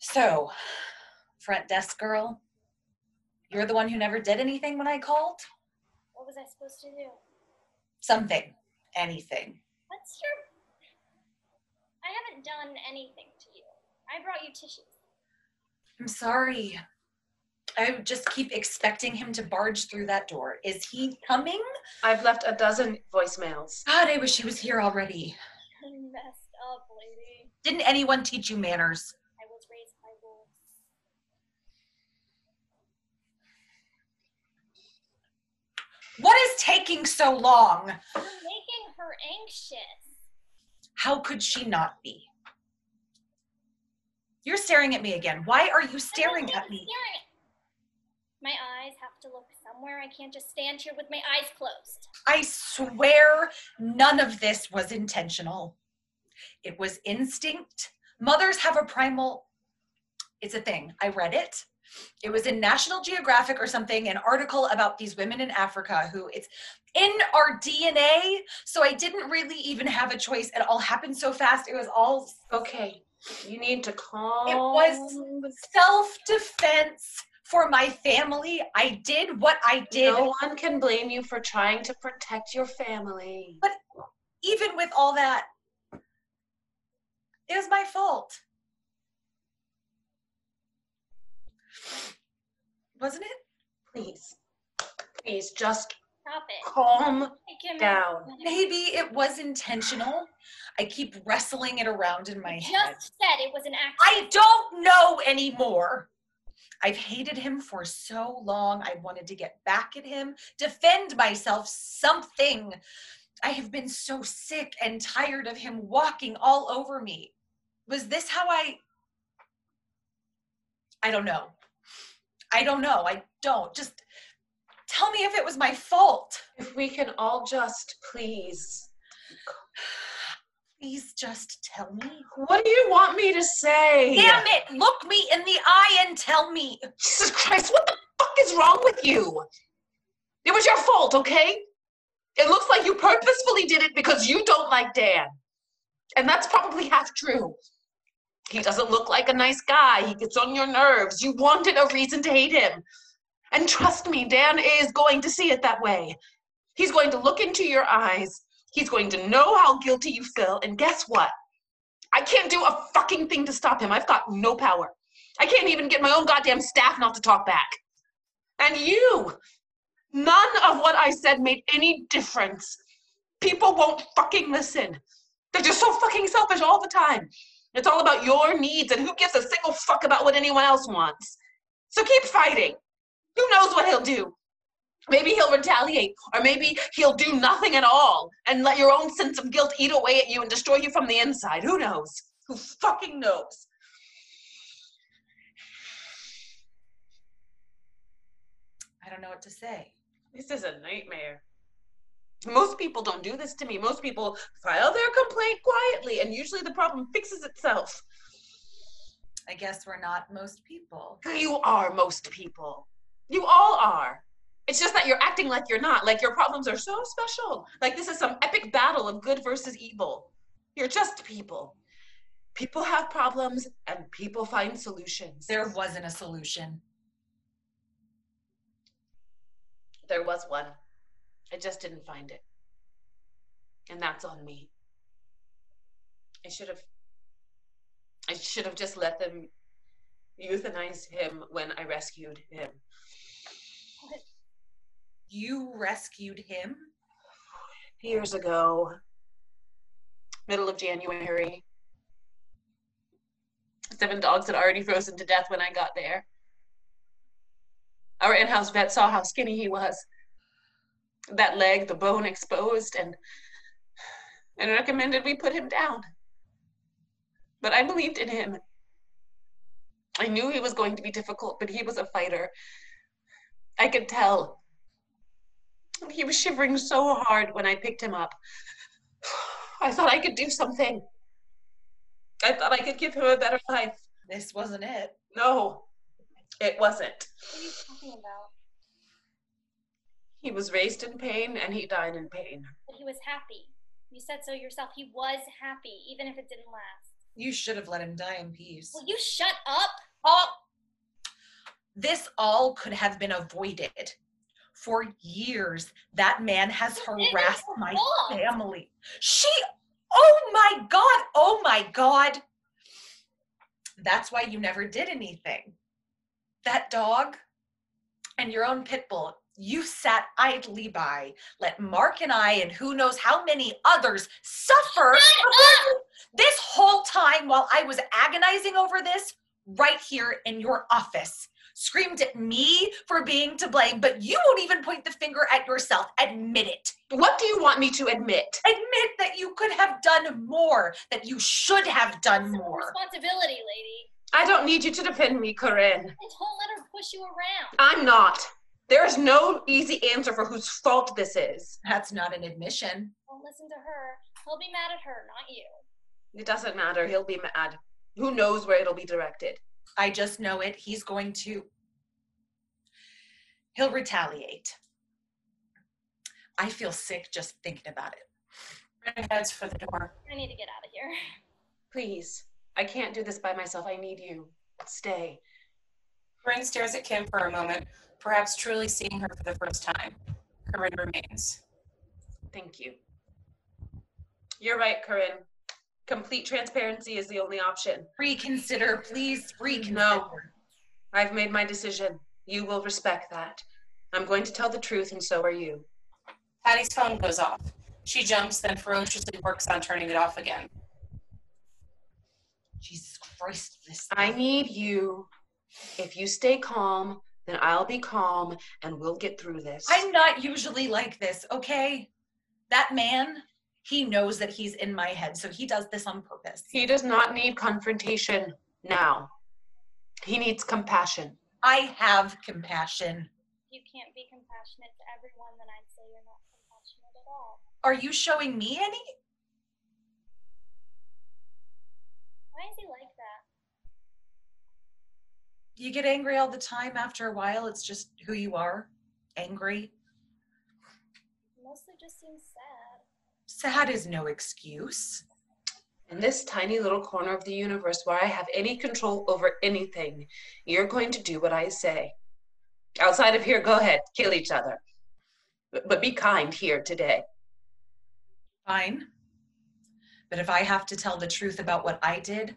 So, front desk girl, you're the one who never did anything when I called? What was I supposed to do? Something, anything. What's your? I haven't done anything to you. I brought you <laughs> tissues. I'm sorry. I just keep expecting him to barge through that door. Is he coming? I've left a dozen voicemails. God, I wish he was here already. You're messed up, lady. Didn't anyone teach you manners? I was raised by wolves. What is taking so long? You're making her anxious. How could she not be? You're staring at me again. Why are you staring at me? Staring at- My eyes have to look somewhere. I can't just stand here with my eyes closed. I swear none of this was intentional. It was instinct. Mothers have a primal, it's a thing. I read it. It was in National Geographic or something, an article about these women in Africa who it's in our DNA. So I didn't really even have a choice. It all happened so fast. It was all Okay, you need to calm. It was self defense for my family. I did what I did. No one can blame you for trying to protect your family. But even with all that, it was my fault. Wasn't it? Please, please, just Stop it. calm I can't- down. Maybe it was intentional. I keep wrestling it around in my head. Just said it was an accident. I don't know anymore. I've hated him for so long. I wanted to get back at him, defend myself, something. I have been so sick and tired of him walking all over me. Was this how I. I don't know. I don't know. I don't. Just tell me if it was my fault. If we can all just please. Please just tell me. What do you want me to say? Damn it! Look me in the eye and tell me. Jesus Christ, what the fuck is wrong with you? It was your fault, okay? It looks like you purposefully did it because you don't like Dan. And that's probably half true. He doesn't look like a nice guy. He gets on your nerves. You wanted a reason to hate him. And trust me, Dan is going to see it that way. He's going to look into your eyes. He's going to know how guilty you feel. And guess what? I can't do a fucking thing to stop him. I've got no power. I can't even get my own goddamn staff not to talk back. And you, none of what I said made any difference. People won't fucking listen. They're just so fucking selfish all the time. It's all about your needs and who gives a single fuck about what anyone else wants. So keep fighting. Who knows what he'll do? Maybe he'll retaliate, or maybe he'll do nothing at all and let your own sense of guilt eat away at you and destroy you from the inside. Who knows? Who fucking knows? I don't know what to say. This is a nightmare. Most people don't do this to me. Most people file their complaint quietly, and usually the problem fixes itself. I guess we're not most people. You are most people. You all are. It's just that you're acting like you're not, like your problems are so special. Like this is some epic battle of good versus evil. You're just people. People have problems and people find solutions. There wasn't a solution. There was one. I just didn't find it. And that's on me. I should have I should have just let them euthanize him when I rescued him. You rescued him? Years ago. Middle of January. Seven dogs had already frozen to death when I got there. Our in-house vet saw how skinny he was. That leg, the bone exposed, and and recommended we put him down. But I believed in him. I knew he was going to be difficult, but he was a fighter. I could tell. He was shivering so hard when I picked him up. <sighs> I thought I could do something. I thought I could give him a better life. This wasn't it. No, it wasn't. What are you talking about? He was raised in pain and he died in pain. But he was happy. You said so yourself. He was happy, even if it didn't last. You should have let him die in peace. Will you shut up? All this all could have been avoided. For years, that man has It isn't harassed your my fault. family. She, oh my God, oh my God. That's why you never did anything. That dog and your own pit bull, you sat idly by, let Mark and I, and who knows how many others, suffer. This whole time while I was agonizing over this, right here in your office, screamed at me for being to blame, but you won't even point the finger at yourself. Admit it. What do you want me to admit? Admit that you could have done more, that you should have done more. Responsibility, lady. I don't need you to defend me, Corinne. Don't let her push you around. I'm not. There is no easy answer for whose fault this is. That's not an admission. Don't listen to her. He'll be mad at her, not you. It doesn't matter. He'll be mad. Who knows where it'll be directed? I just know it. He's going to. He'll retaliate. I feel sick just thinking about it. Corinne heads for the door. I need to get out of here. <laughs> Please. I can't do this by myself. I need you. Stay. Corinne stares at Kim for a moment, perhaps truly seeing her for the first time. Corinne remains. Thank you. You're right, Corinne. Complete transparency is the only option. Reconsider, please reconsider. I've made my decision. You will respect that. I'm going to tell the truth, and so are you. Patty's phone goes off. She jumps, then ferociously works on turning it off again. Jesus Christ, this. I need you. If you stay calm, then I'll be calm, and we'll get through this. I'm not usually like this, okay? That man, he knows that he's in my head, so he does this on purpose. He does not need confrontation now. He needs compassion. I have compassion. If you can't be compassionate to everyone, then I'd say you're not compassionate at all. Are you showing me any? Why is he like that? You get angry all the time after a while. It's just who you are angry. He mostly just seems sad. <laughs> Sad is no excuse. In this tiny little corner of the universe where I have any control over anything, you're going to do what I say. Outside of here, go ahead, kill each other. But, but be kind here today. Fine. But if I have to tell the truth about what I did,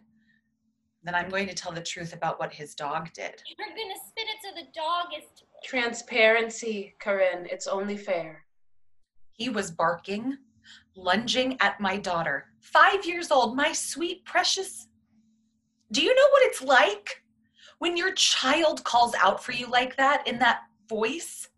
then I'm going to tell the truth about what his dog did. You're gonna spit it so the dog is. Transparency, Corinne, it's only fair. He was barking, lunging at my daughter. Five years old, my sweet, precious. Do you know what it's like when your child calls out for you like that in that voice?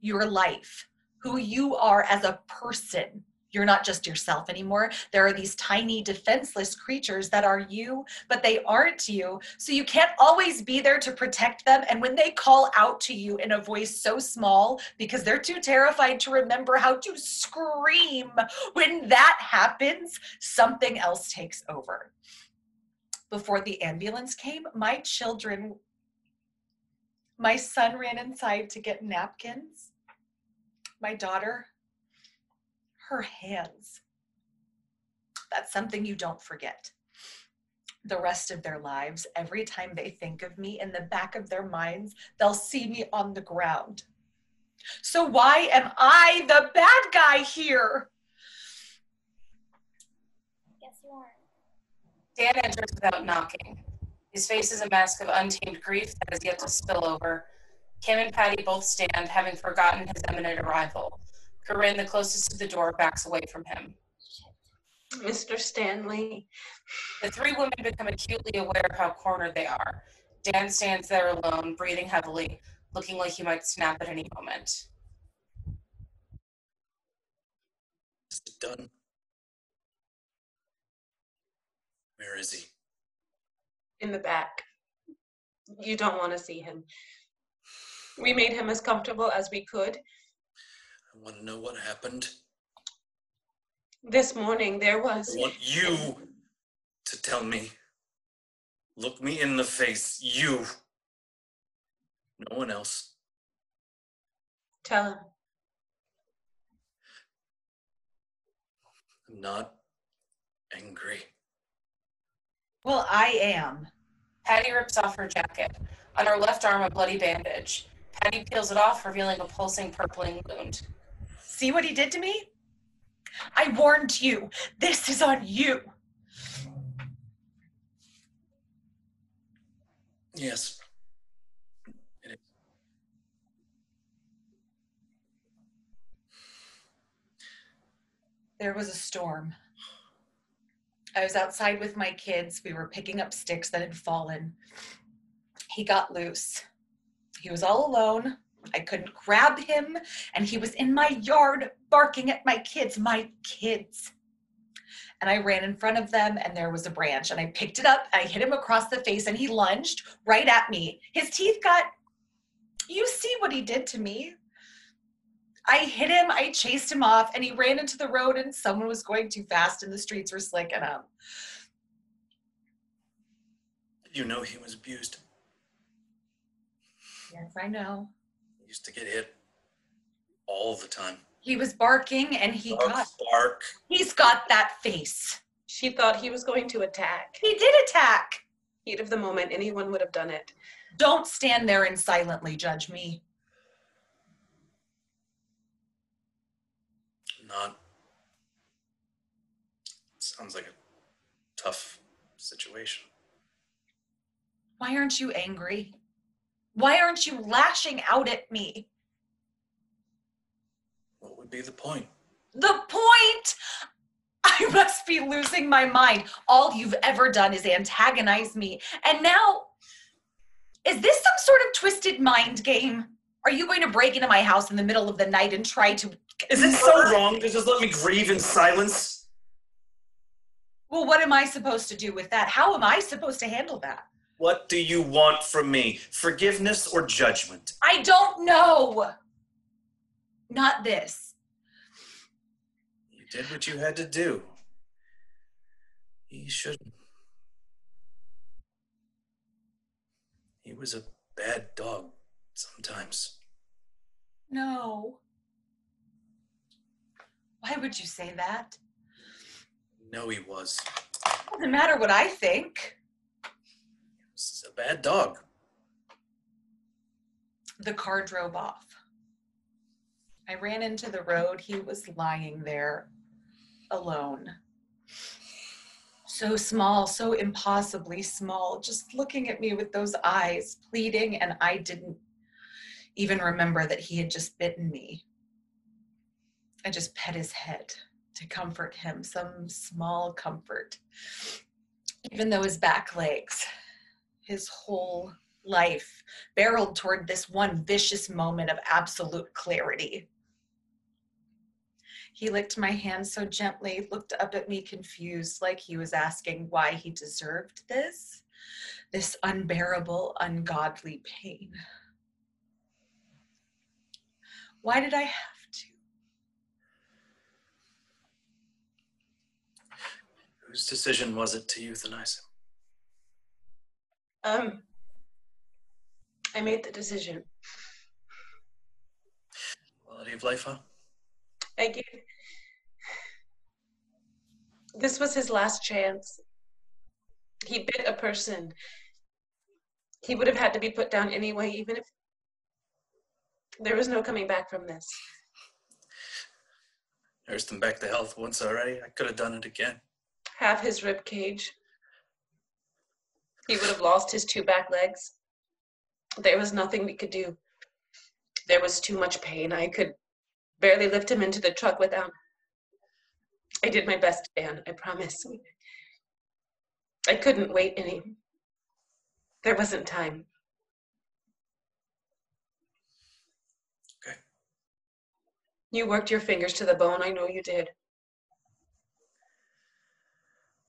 Your life, who you are as a person. You're not just yourself anymore. There are these tiny, defenseless creatures that are you, but they aren't you. So you can't always be there to protect them. And when they call out to you in a voice so small because they're too terrified to remember how to scream, when that happens, something else takes over. Before the ambulance came, my children, my son ran inside to get napkins. My daughter, her hands. That's something you don't forget. The rest of their lives, every time they think of me in the back of their minds, they'll see me on the ground. So, why am I the bad guy here? Guess you aren't. Dan enters without knocking. His face is a mask of untamed grief that is yet to spill over. Kim and Patty both stand, having forgotten his imminent arrival. Corinne, the closest to the door, backs away from him. Mr. Stanley, The three women become acutely aware of how cornered they are. Dan stands there alone, breathing heavily, looking like he might snap at any moment. Is it done? Where is he? in the back. You don't want to see him. We made him as comfortable as we could. I want to know what happened. This morning there I was. want you to tell me. Look me in the face. You. No one else. Tell him. I'm not angry. Well, I am. Patty rips off her jacket. On her left arm, a bloody bandage. Patty peels it off, revealing a pulsing, purpling wound. See what he did to me? I warned you. This is on you. Yes. It is. There was a storm. I was outside with my kids. We were picking up sticks that had fallen. He got loose. He was all alone. I couldn't grab him, and he was in my yard barking at my kids, my kids. and I ran in front of them and there was a branch and I picked it up. I hit him across the face and he lunged right at me. His teeth got you see what he did to me. I hit him, I chased him off and he ran into the road and someone was going too fast and the streets were slick and um You know he was abused. yes, I know. He used to get hit all the time. He was barking and he Bark, got bark. he's got that face. She thought he was going to attack. He did attack. Heat of the moment, anyone would have done it. Don't stand there and silently judge me. Not. Sounds like a tough situation. Why aren't you angry? Why aren't you lashing out at me? What would be the point? The point! <laughs> I must be losing my mind. All you've ever done is antagonize me. And now, is this some sort of twisted mind game? Are you going to break into my house in the middle of the night and try to. Is it so wrong to just let me grieve in silence? Well, what am I supposed to do with that? How am I supposed to handle that? What do you want from me? Forgiveness or judgment? I don't know. Not this. You did what you had to do. He shouldn't. He was a bad dog sometimes. No. Why would you say that? No, he was. Doesn't matter what I think. He was a bad dog. The car drove off. I ran into the road. He was lying there alone. So small, so impossibly small, just looking at me with those eyes, pleading, and I didn't even remember that he had just bitten me. I just pet his head to comfort him, some small comfort. Even though his back legs, his whole life barreled toward this one vicious moment of absolute clarity. He licked my hand so gently, looked up at me confused, like he was asking why he deserved this, this unbearable, ungodly pain. Why did I have to? Whose decision was it to euthanize him? Um, I made the decision. Quality of life, huh? I gave. This was his last chance. He bit a person. He would have had to be put down anyway, even if there was no coming back from this. Nursed him back to health once already. I could have done it again. Half his rib cage. He would have lost his two back legs. There was nothing we could do. There was too much pain. I could barely lift him into the truck without. I did my best, Dan, I promise. I couldn't wait any. There wasn't time. Okay. You worked your fingers to the bone, I know you did.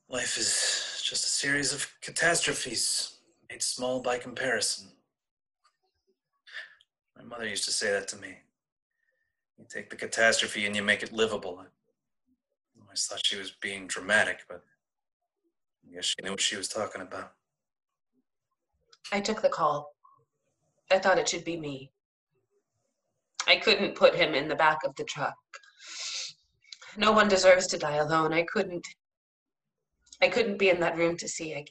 Life is just a series of catastrophes made small by comparison. My mother used to say that to me. You take the catastrophe and you make it livable. I always thought she was being dramatic, but I guess she knew what she was talking about. I took the call. I thought it should be me. I couldn't put him in the back of the truck. No one deserves to die alone. I couldn't. I couldn't be in that room to see. I,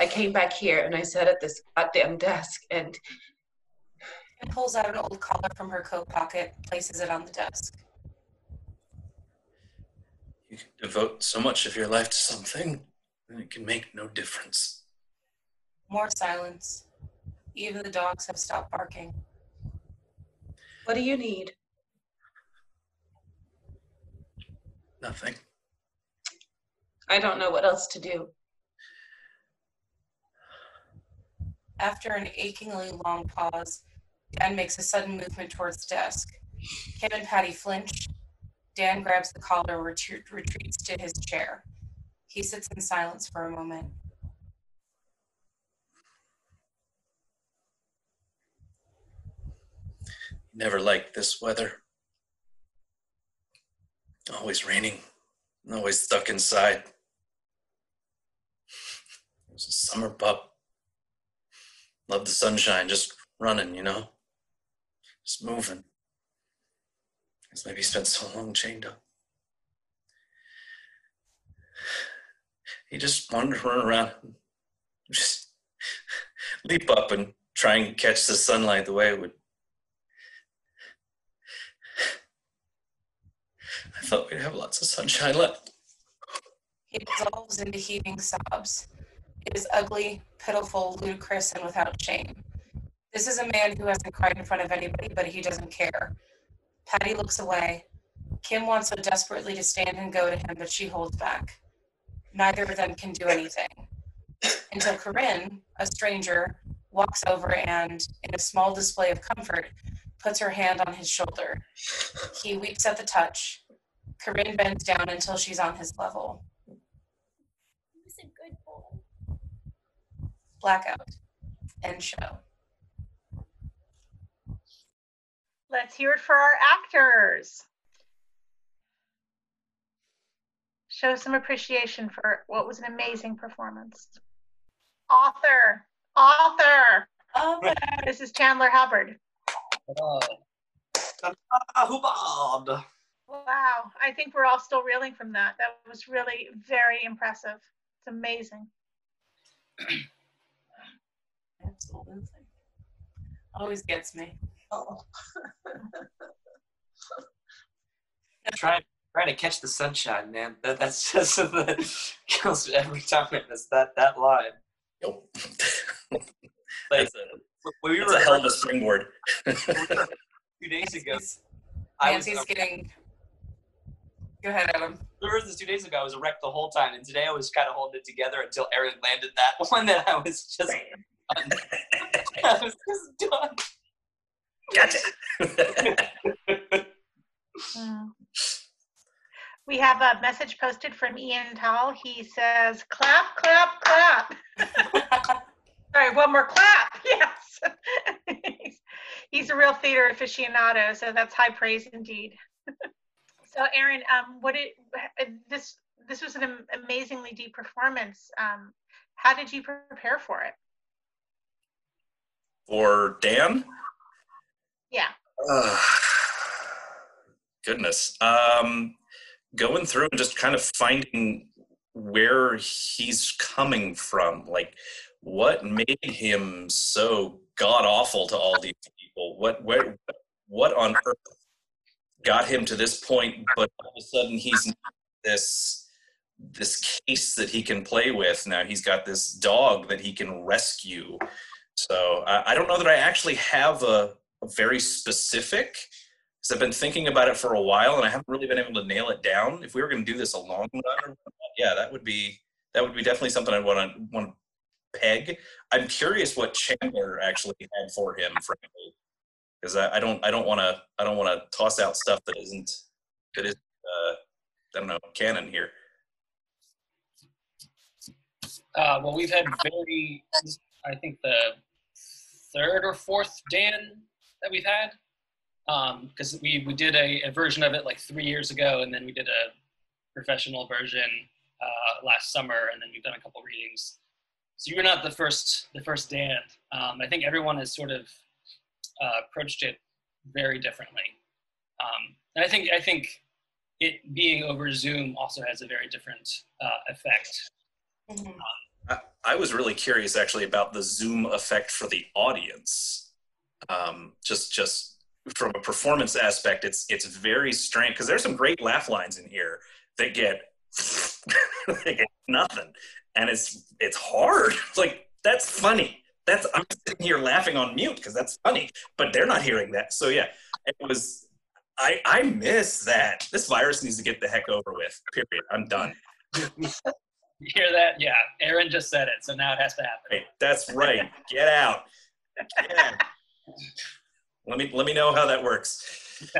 I came back here and I sat at this goddamn desk and and pulls out an old collar from her coat pocket, places it on the desk. You can devote so much of your life to something, and it can make no difference. More silence. Even the dogs have stopped barking. what do you need? Nothing. I don't know what else to do. After an achingly long pause, Dan makes a sudden movement towards the desk. Kim and Patty flinch. Dan grabs the collar and retreat- retreats to his chair. He sits in silence for a moment. Never liked this weather. Always raining, always stuck inside. I was a summer pup. Loved the sunshine, just running, you know? Just moving. Guess maybe spent so long chained up. He just wanted to run around, <laughs> just leap up and try and catch the sunlight the way it would. I thought we'd have lots of sunshine left. He dissolves into heaving sobs. It is ugly, pitiful, ludicrous, and without shame. This is a man who hasn't cried in front of anybody, but he doesn't care. Patty looks away. Kim wants so desperately to stand and go to him, but she holds back. Neither of them can do anything. Until Corinne, a stranger, walks over and, in a small display of comfort, puts her hand on his shoulder. He weeps at the touch. Corinne bends down until she's on his level. He's a good boy. Blackout. End show. Let's hear it for our actors. Show some appreciation for what was an amazing performance. Author, author. Author. This is Chandler Hubbard. Uh, Hubbard. Wow, I think we're all still reeling from that. That was really very impressive. It's amazing. Absolutely. Always gets <laughs> me. Oh. Trying trying to catch the sunshine, man. That that's <laughs> just that kills me every time I miss that that line. Nope. Like that's a, when we that's were a hell of a springboard. <laughs> two days ago, Nancy's, I was Nancy's uh, getting. Go ahead, Adam. there was this two days ago I was erect the whole time, and today I was kind of holding it together until Aaron landed that <laughs> one that I was just done. <laughs> I was just done. gotcha. Mm. We have a message posted from Ian Tall. He says, clap, clap, clap. Sorry, one more clap. <laughs> Yes. He's a real theater aficionado, so that's high praise indeed. <laughs> so, Aaron, um, what did this? This was an am- amazingly deep performance. Um, how did you prepare for it? For Dan? Yeah. Uh, goodness. Um, going through and just kind of finding where he's coming from. Like, what made him so god awful to all these people? What, what, what on earth got him to this point? But all of a sudden, he's this this case that he can play with now he's got this dog that he can rescue so I, I don't know that i actually have a, very specific because I've been thinking about it for a while and I haven't really been able to nail it down. If we were going to do this a long run, or whatnot, yeah, that would be that would be definitely something I'd want to want to peg. I'm curious what Chandler actually had for him, frankly, because I, I don't I don't want to I don't want to toss out stuff that isn't that is uh, I don't know canon here. Uh, well, we've had very, I think the third or fourth Dan that we've had, because we, we did a, a version of it like three years ago, and then we did a professional version uh, last summer, and then we've done a couple readings. So you're not the first the first Dan. Um, I think everyone has sort of uh, approached it very differently, um, and I think I think it being over Zoom also has a very different uh, effect Um, Mhm. I, I was really curious actually about the zoom effect for the audience. Um, just just from a performance aspect, it's it's very strange because there's some great laugh lines in here that get <laughs> they get nothing, and it's it's hard. It's like that's funny. That's I'm sitting here laughing on mute because that's funny, but they're not hearing that. So yeah, it was. I I miss that. This virus needs to get the heck over with. Period. I'm done. You hear that? Yeah, Aaron just said it, so now it has to happen. Right, that's right. Get out. <laughs> Get out. let me let me know how that works.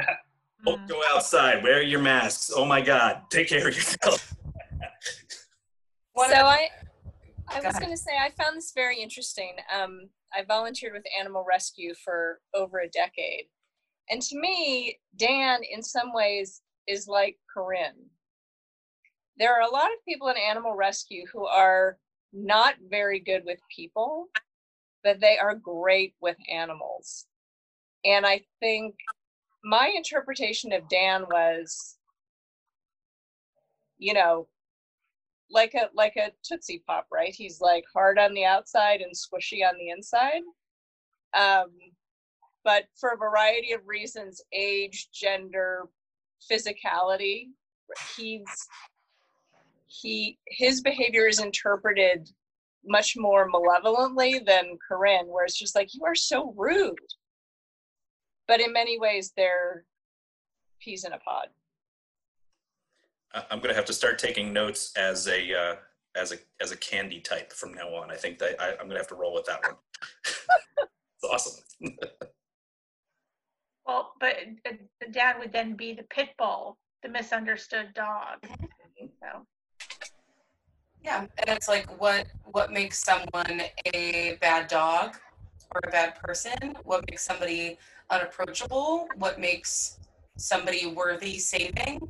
Don't go outside. Wear your masks. Oh my God. Take care of yourself. <laughs> so I, I Go was ahead. going to say I found this very interesting. Um, I volunteered with animal rescue for over a decade, and to me, Dan, in some ways, is like Corinne. There are a lot of people in animal rescue who are not very good with people, but they are great with animals. And I think my interpretation of Dan was, you know, like a like a Tootsie Pop, right? He's like hard on the outside and squishy on the inside. Um, but for a variety of reasons, age, gender, physicality, he's he his behavior is interpreted much more malevolently than Corinne, where it's just like you are so rude. But in many ways, they're peas in a pod. I- I'm gonna have to start taking notes as a uh, as a as a candy type from now on. I think that I, I'm gonna have to roll with that one. <laughs> it's awesome. <laughs> Well, but uh, the dad would then be the pit bull, the misunderstood dog. So Yeah, and it's like what what makes someone a bad dog or a bad person? What makes somebody unapproachable? What makes somebody worthy saving?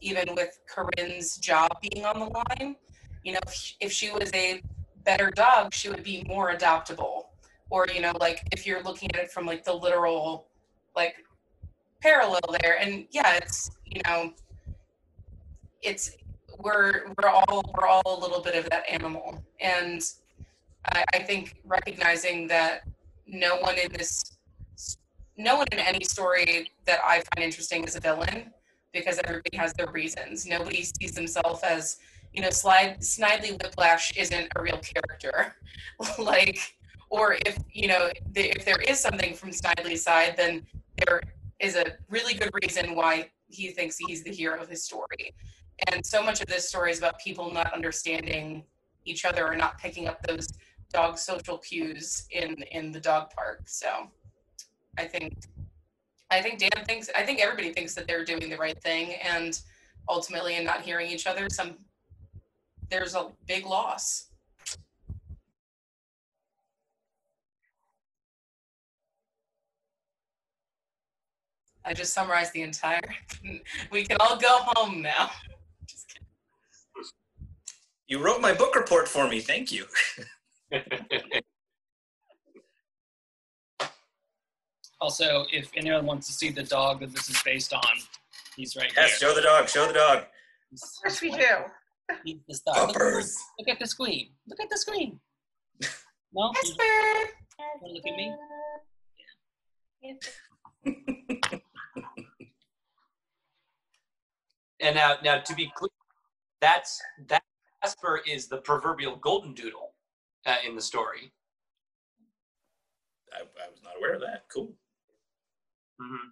Even with Corinne's job being on the line, you know, if she, if she was a better dog, she would be more adoptable. Or you know, like if you're looking at it from like the literal, like parallel there, and yeah, it's you know, it's we're we're all we're all a little bit of that animal and I, I think recognizing that no one in this no one in any story that i find interesting is a villain because everybody has their reasons nobody sees themselves as you know slide snidely whiplash isn't a real character <laughs> like or if you know the, if there is something from snidely's side then there is a really good reason why he thinks he's the hero of his story and so much of this story is about people not understanding each other or not picking up those dog social cues in in the dog park so i think i think dan thinks i think everybody thinks that they're doing the right thing and ultimately in not hearing each other some there's a big loss i just summarized the entire <laughs> we can all go home now You wrote my book report for me. Thank <laughs> you. Also, if anyone wants to see the dog that this is based on, he's right Yes, here. show the dog. Show the dog. Of course we do. He's this dog. Look, at- look at the screen. Look at the screen. No. Esper. Look at me. Uh, And now, now to be clear, that's that Casper is the proverbial golden doodle uh, in the story. I, I was not aware of that. Cool. Mm-hmm.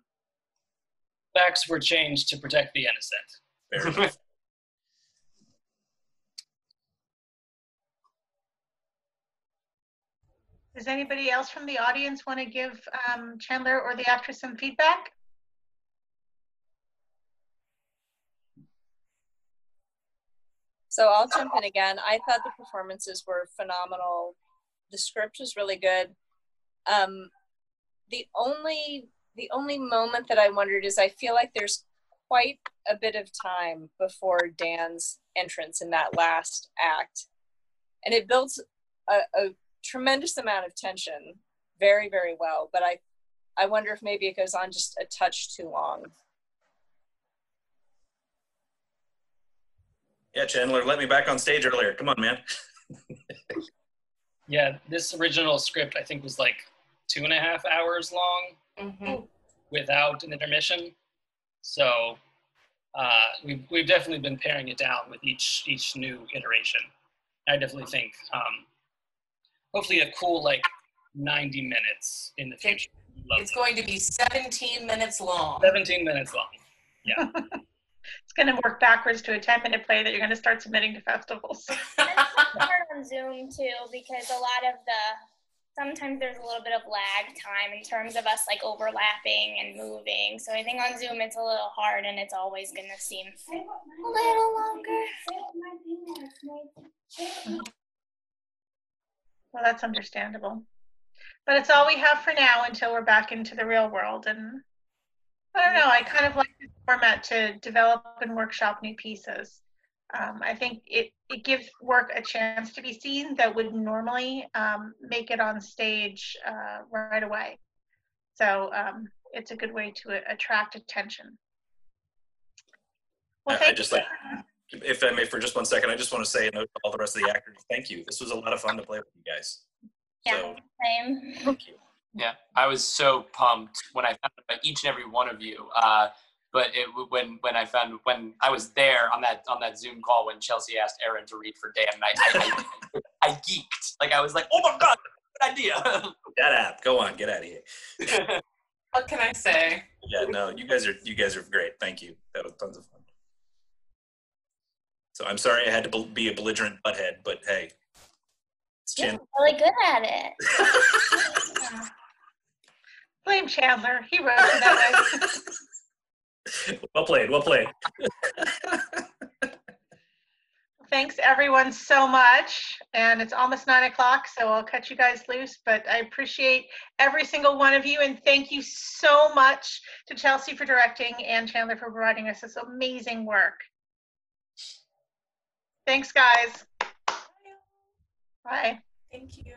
Facts were changed to protect the innocent. does anybody else from the audience want to give um, Chandler or the actress some feedback? So I'll jump in again. I thought the performances were phenomenal. The script was really good. Um, the only the only moment that I wondered is I feel like there's quite a bit of time before Dan's entrance in that last act, and it builds a, a tremendous amount of tension, very very well. But I I wonder if maybe it goes on just a touch too long. Yeah, Chandler, let me back on stage earlier. Come on, man. Yeah, this original script I think was like two and a half hours long Oh, without an intermission. So uh, we've we've definitely been paring it down with each each new iteration. I definitely think um, hopefully a cool like ninety minutes in the future. Love it's going to be 17 minutes long seventeen minutes long. Yeah. <laughs> It's going to work backwards to a 10 minute play that you're going to start submitting to festivals. Turn on Zoom too because a lot of the sometimes there's a little bit of lag time in terms of us like overlapping and moving. So I think on Zoom it's a little hard and it's always going to seem a little longer. Well, that's understandable. But it's all we have for now until we're back into the real world. And I don't know, I kind of like this format to develop and workshop new pieces. Um, I think it, it gives work a chance to be seen that would normally um, make it on stage uh, right away. So um, it's a good way to a- attract attention. Well, I, I thank just you. like, if I may, for just one second, I just want to say and all the rest of the actors, thank you. This was a lot of fun to play with you guys. So, Same. thank you. Yeah, I was so pumped when I found out about each and every one of you. Uh, but it, when when I found when I was there on that on that Zoom call when Chelsea asked Aaron to read for Dan, and I, I, I, geeked. Like I was like, oh my god, good idea. <laughs> That app, go on, get out of here. <laughs> What can I say? Yeah, no, you guys are you guys are great. Thank you. That was tons of fun. So I'm sorry I had to bel- be a belligerent butthead, but hey, it's You're Chan. really good at it. <laughs> Blame Chandler. He wrote it that <laughs> way. Well played, well played. Thanks everyone so much. And it's almost nine o'clock, so I'll cut you guys loose. But I appreciate every single one of you. And thank you so much to Chelsea for directing and Chandler for providing us this amazing work. Thanks, guys. Bye. Thank you.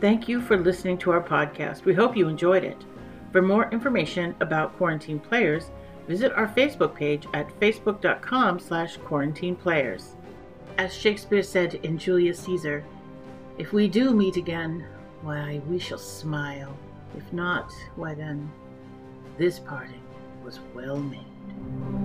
Thank you for listening to our podcast. We hope you enjoyed it. For more information about Quarantine Players, visit our Facebook page at facebook.com slash quarantine players. As Shakespeare said in Julius Caesar, if we do meet again, why, we shall smile. If not, why then, this parting was well made.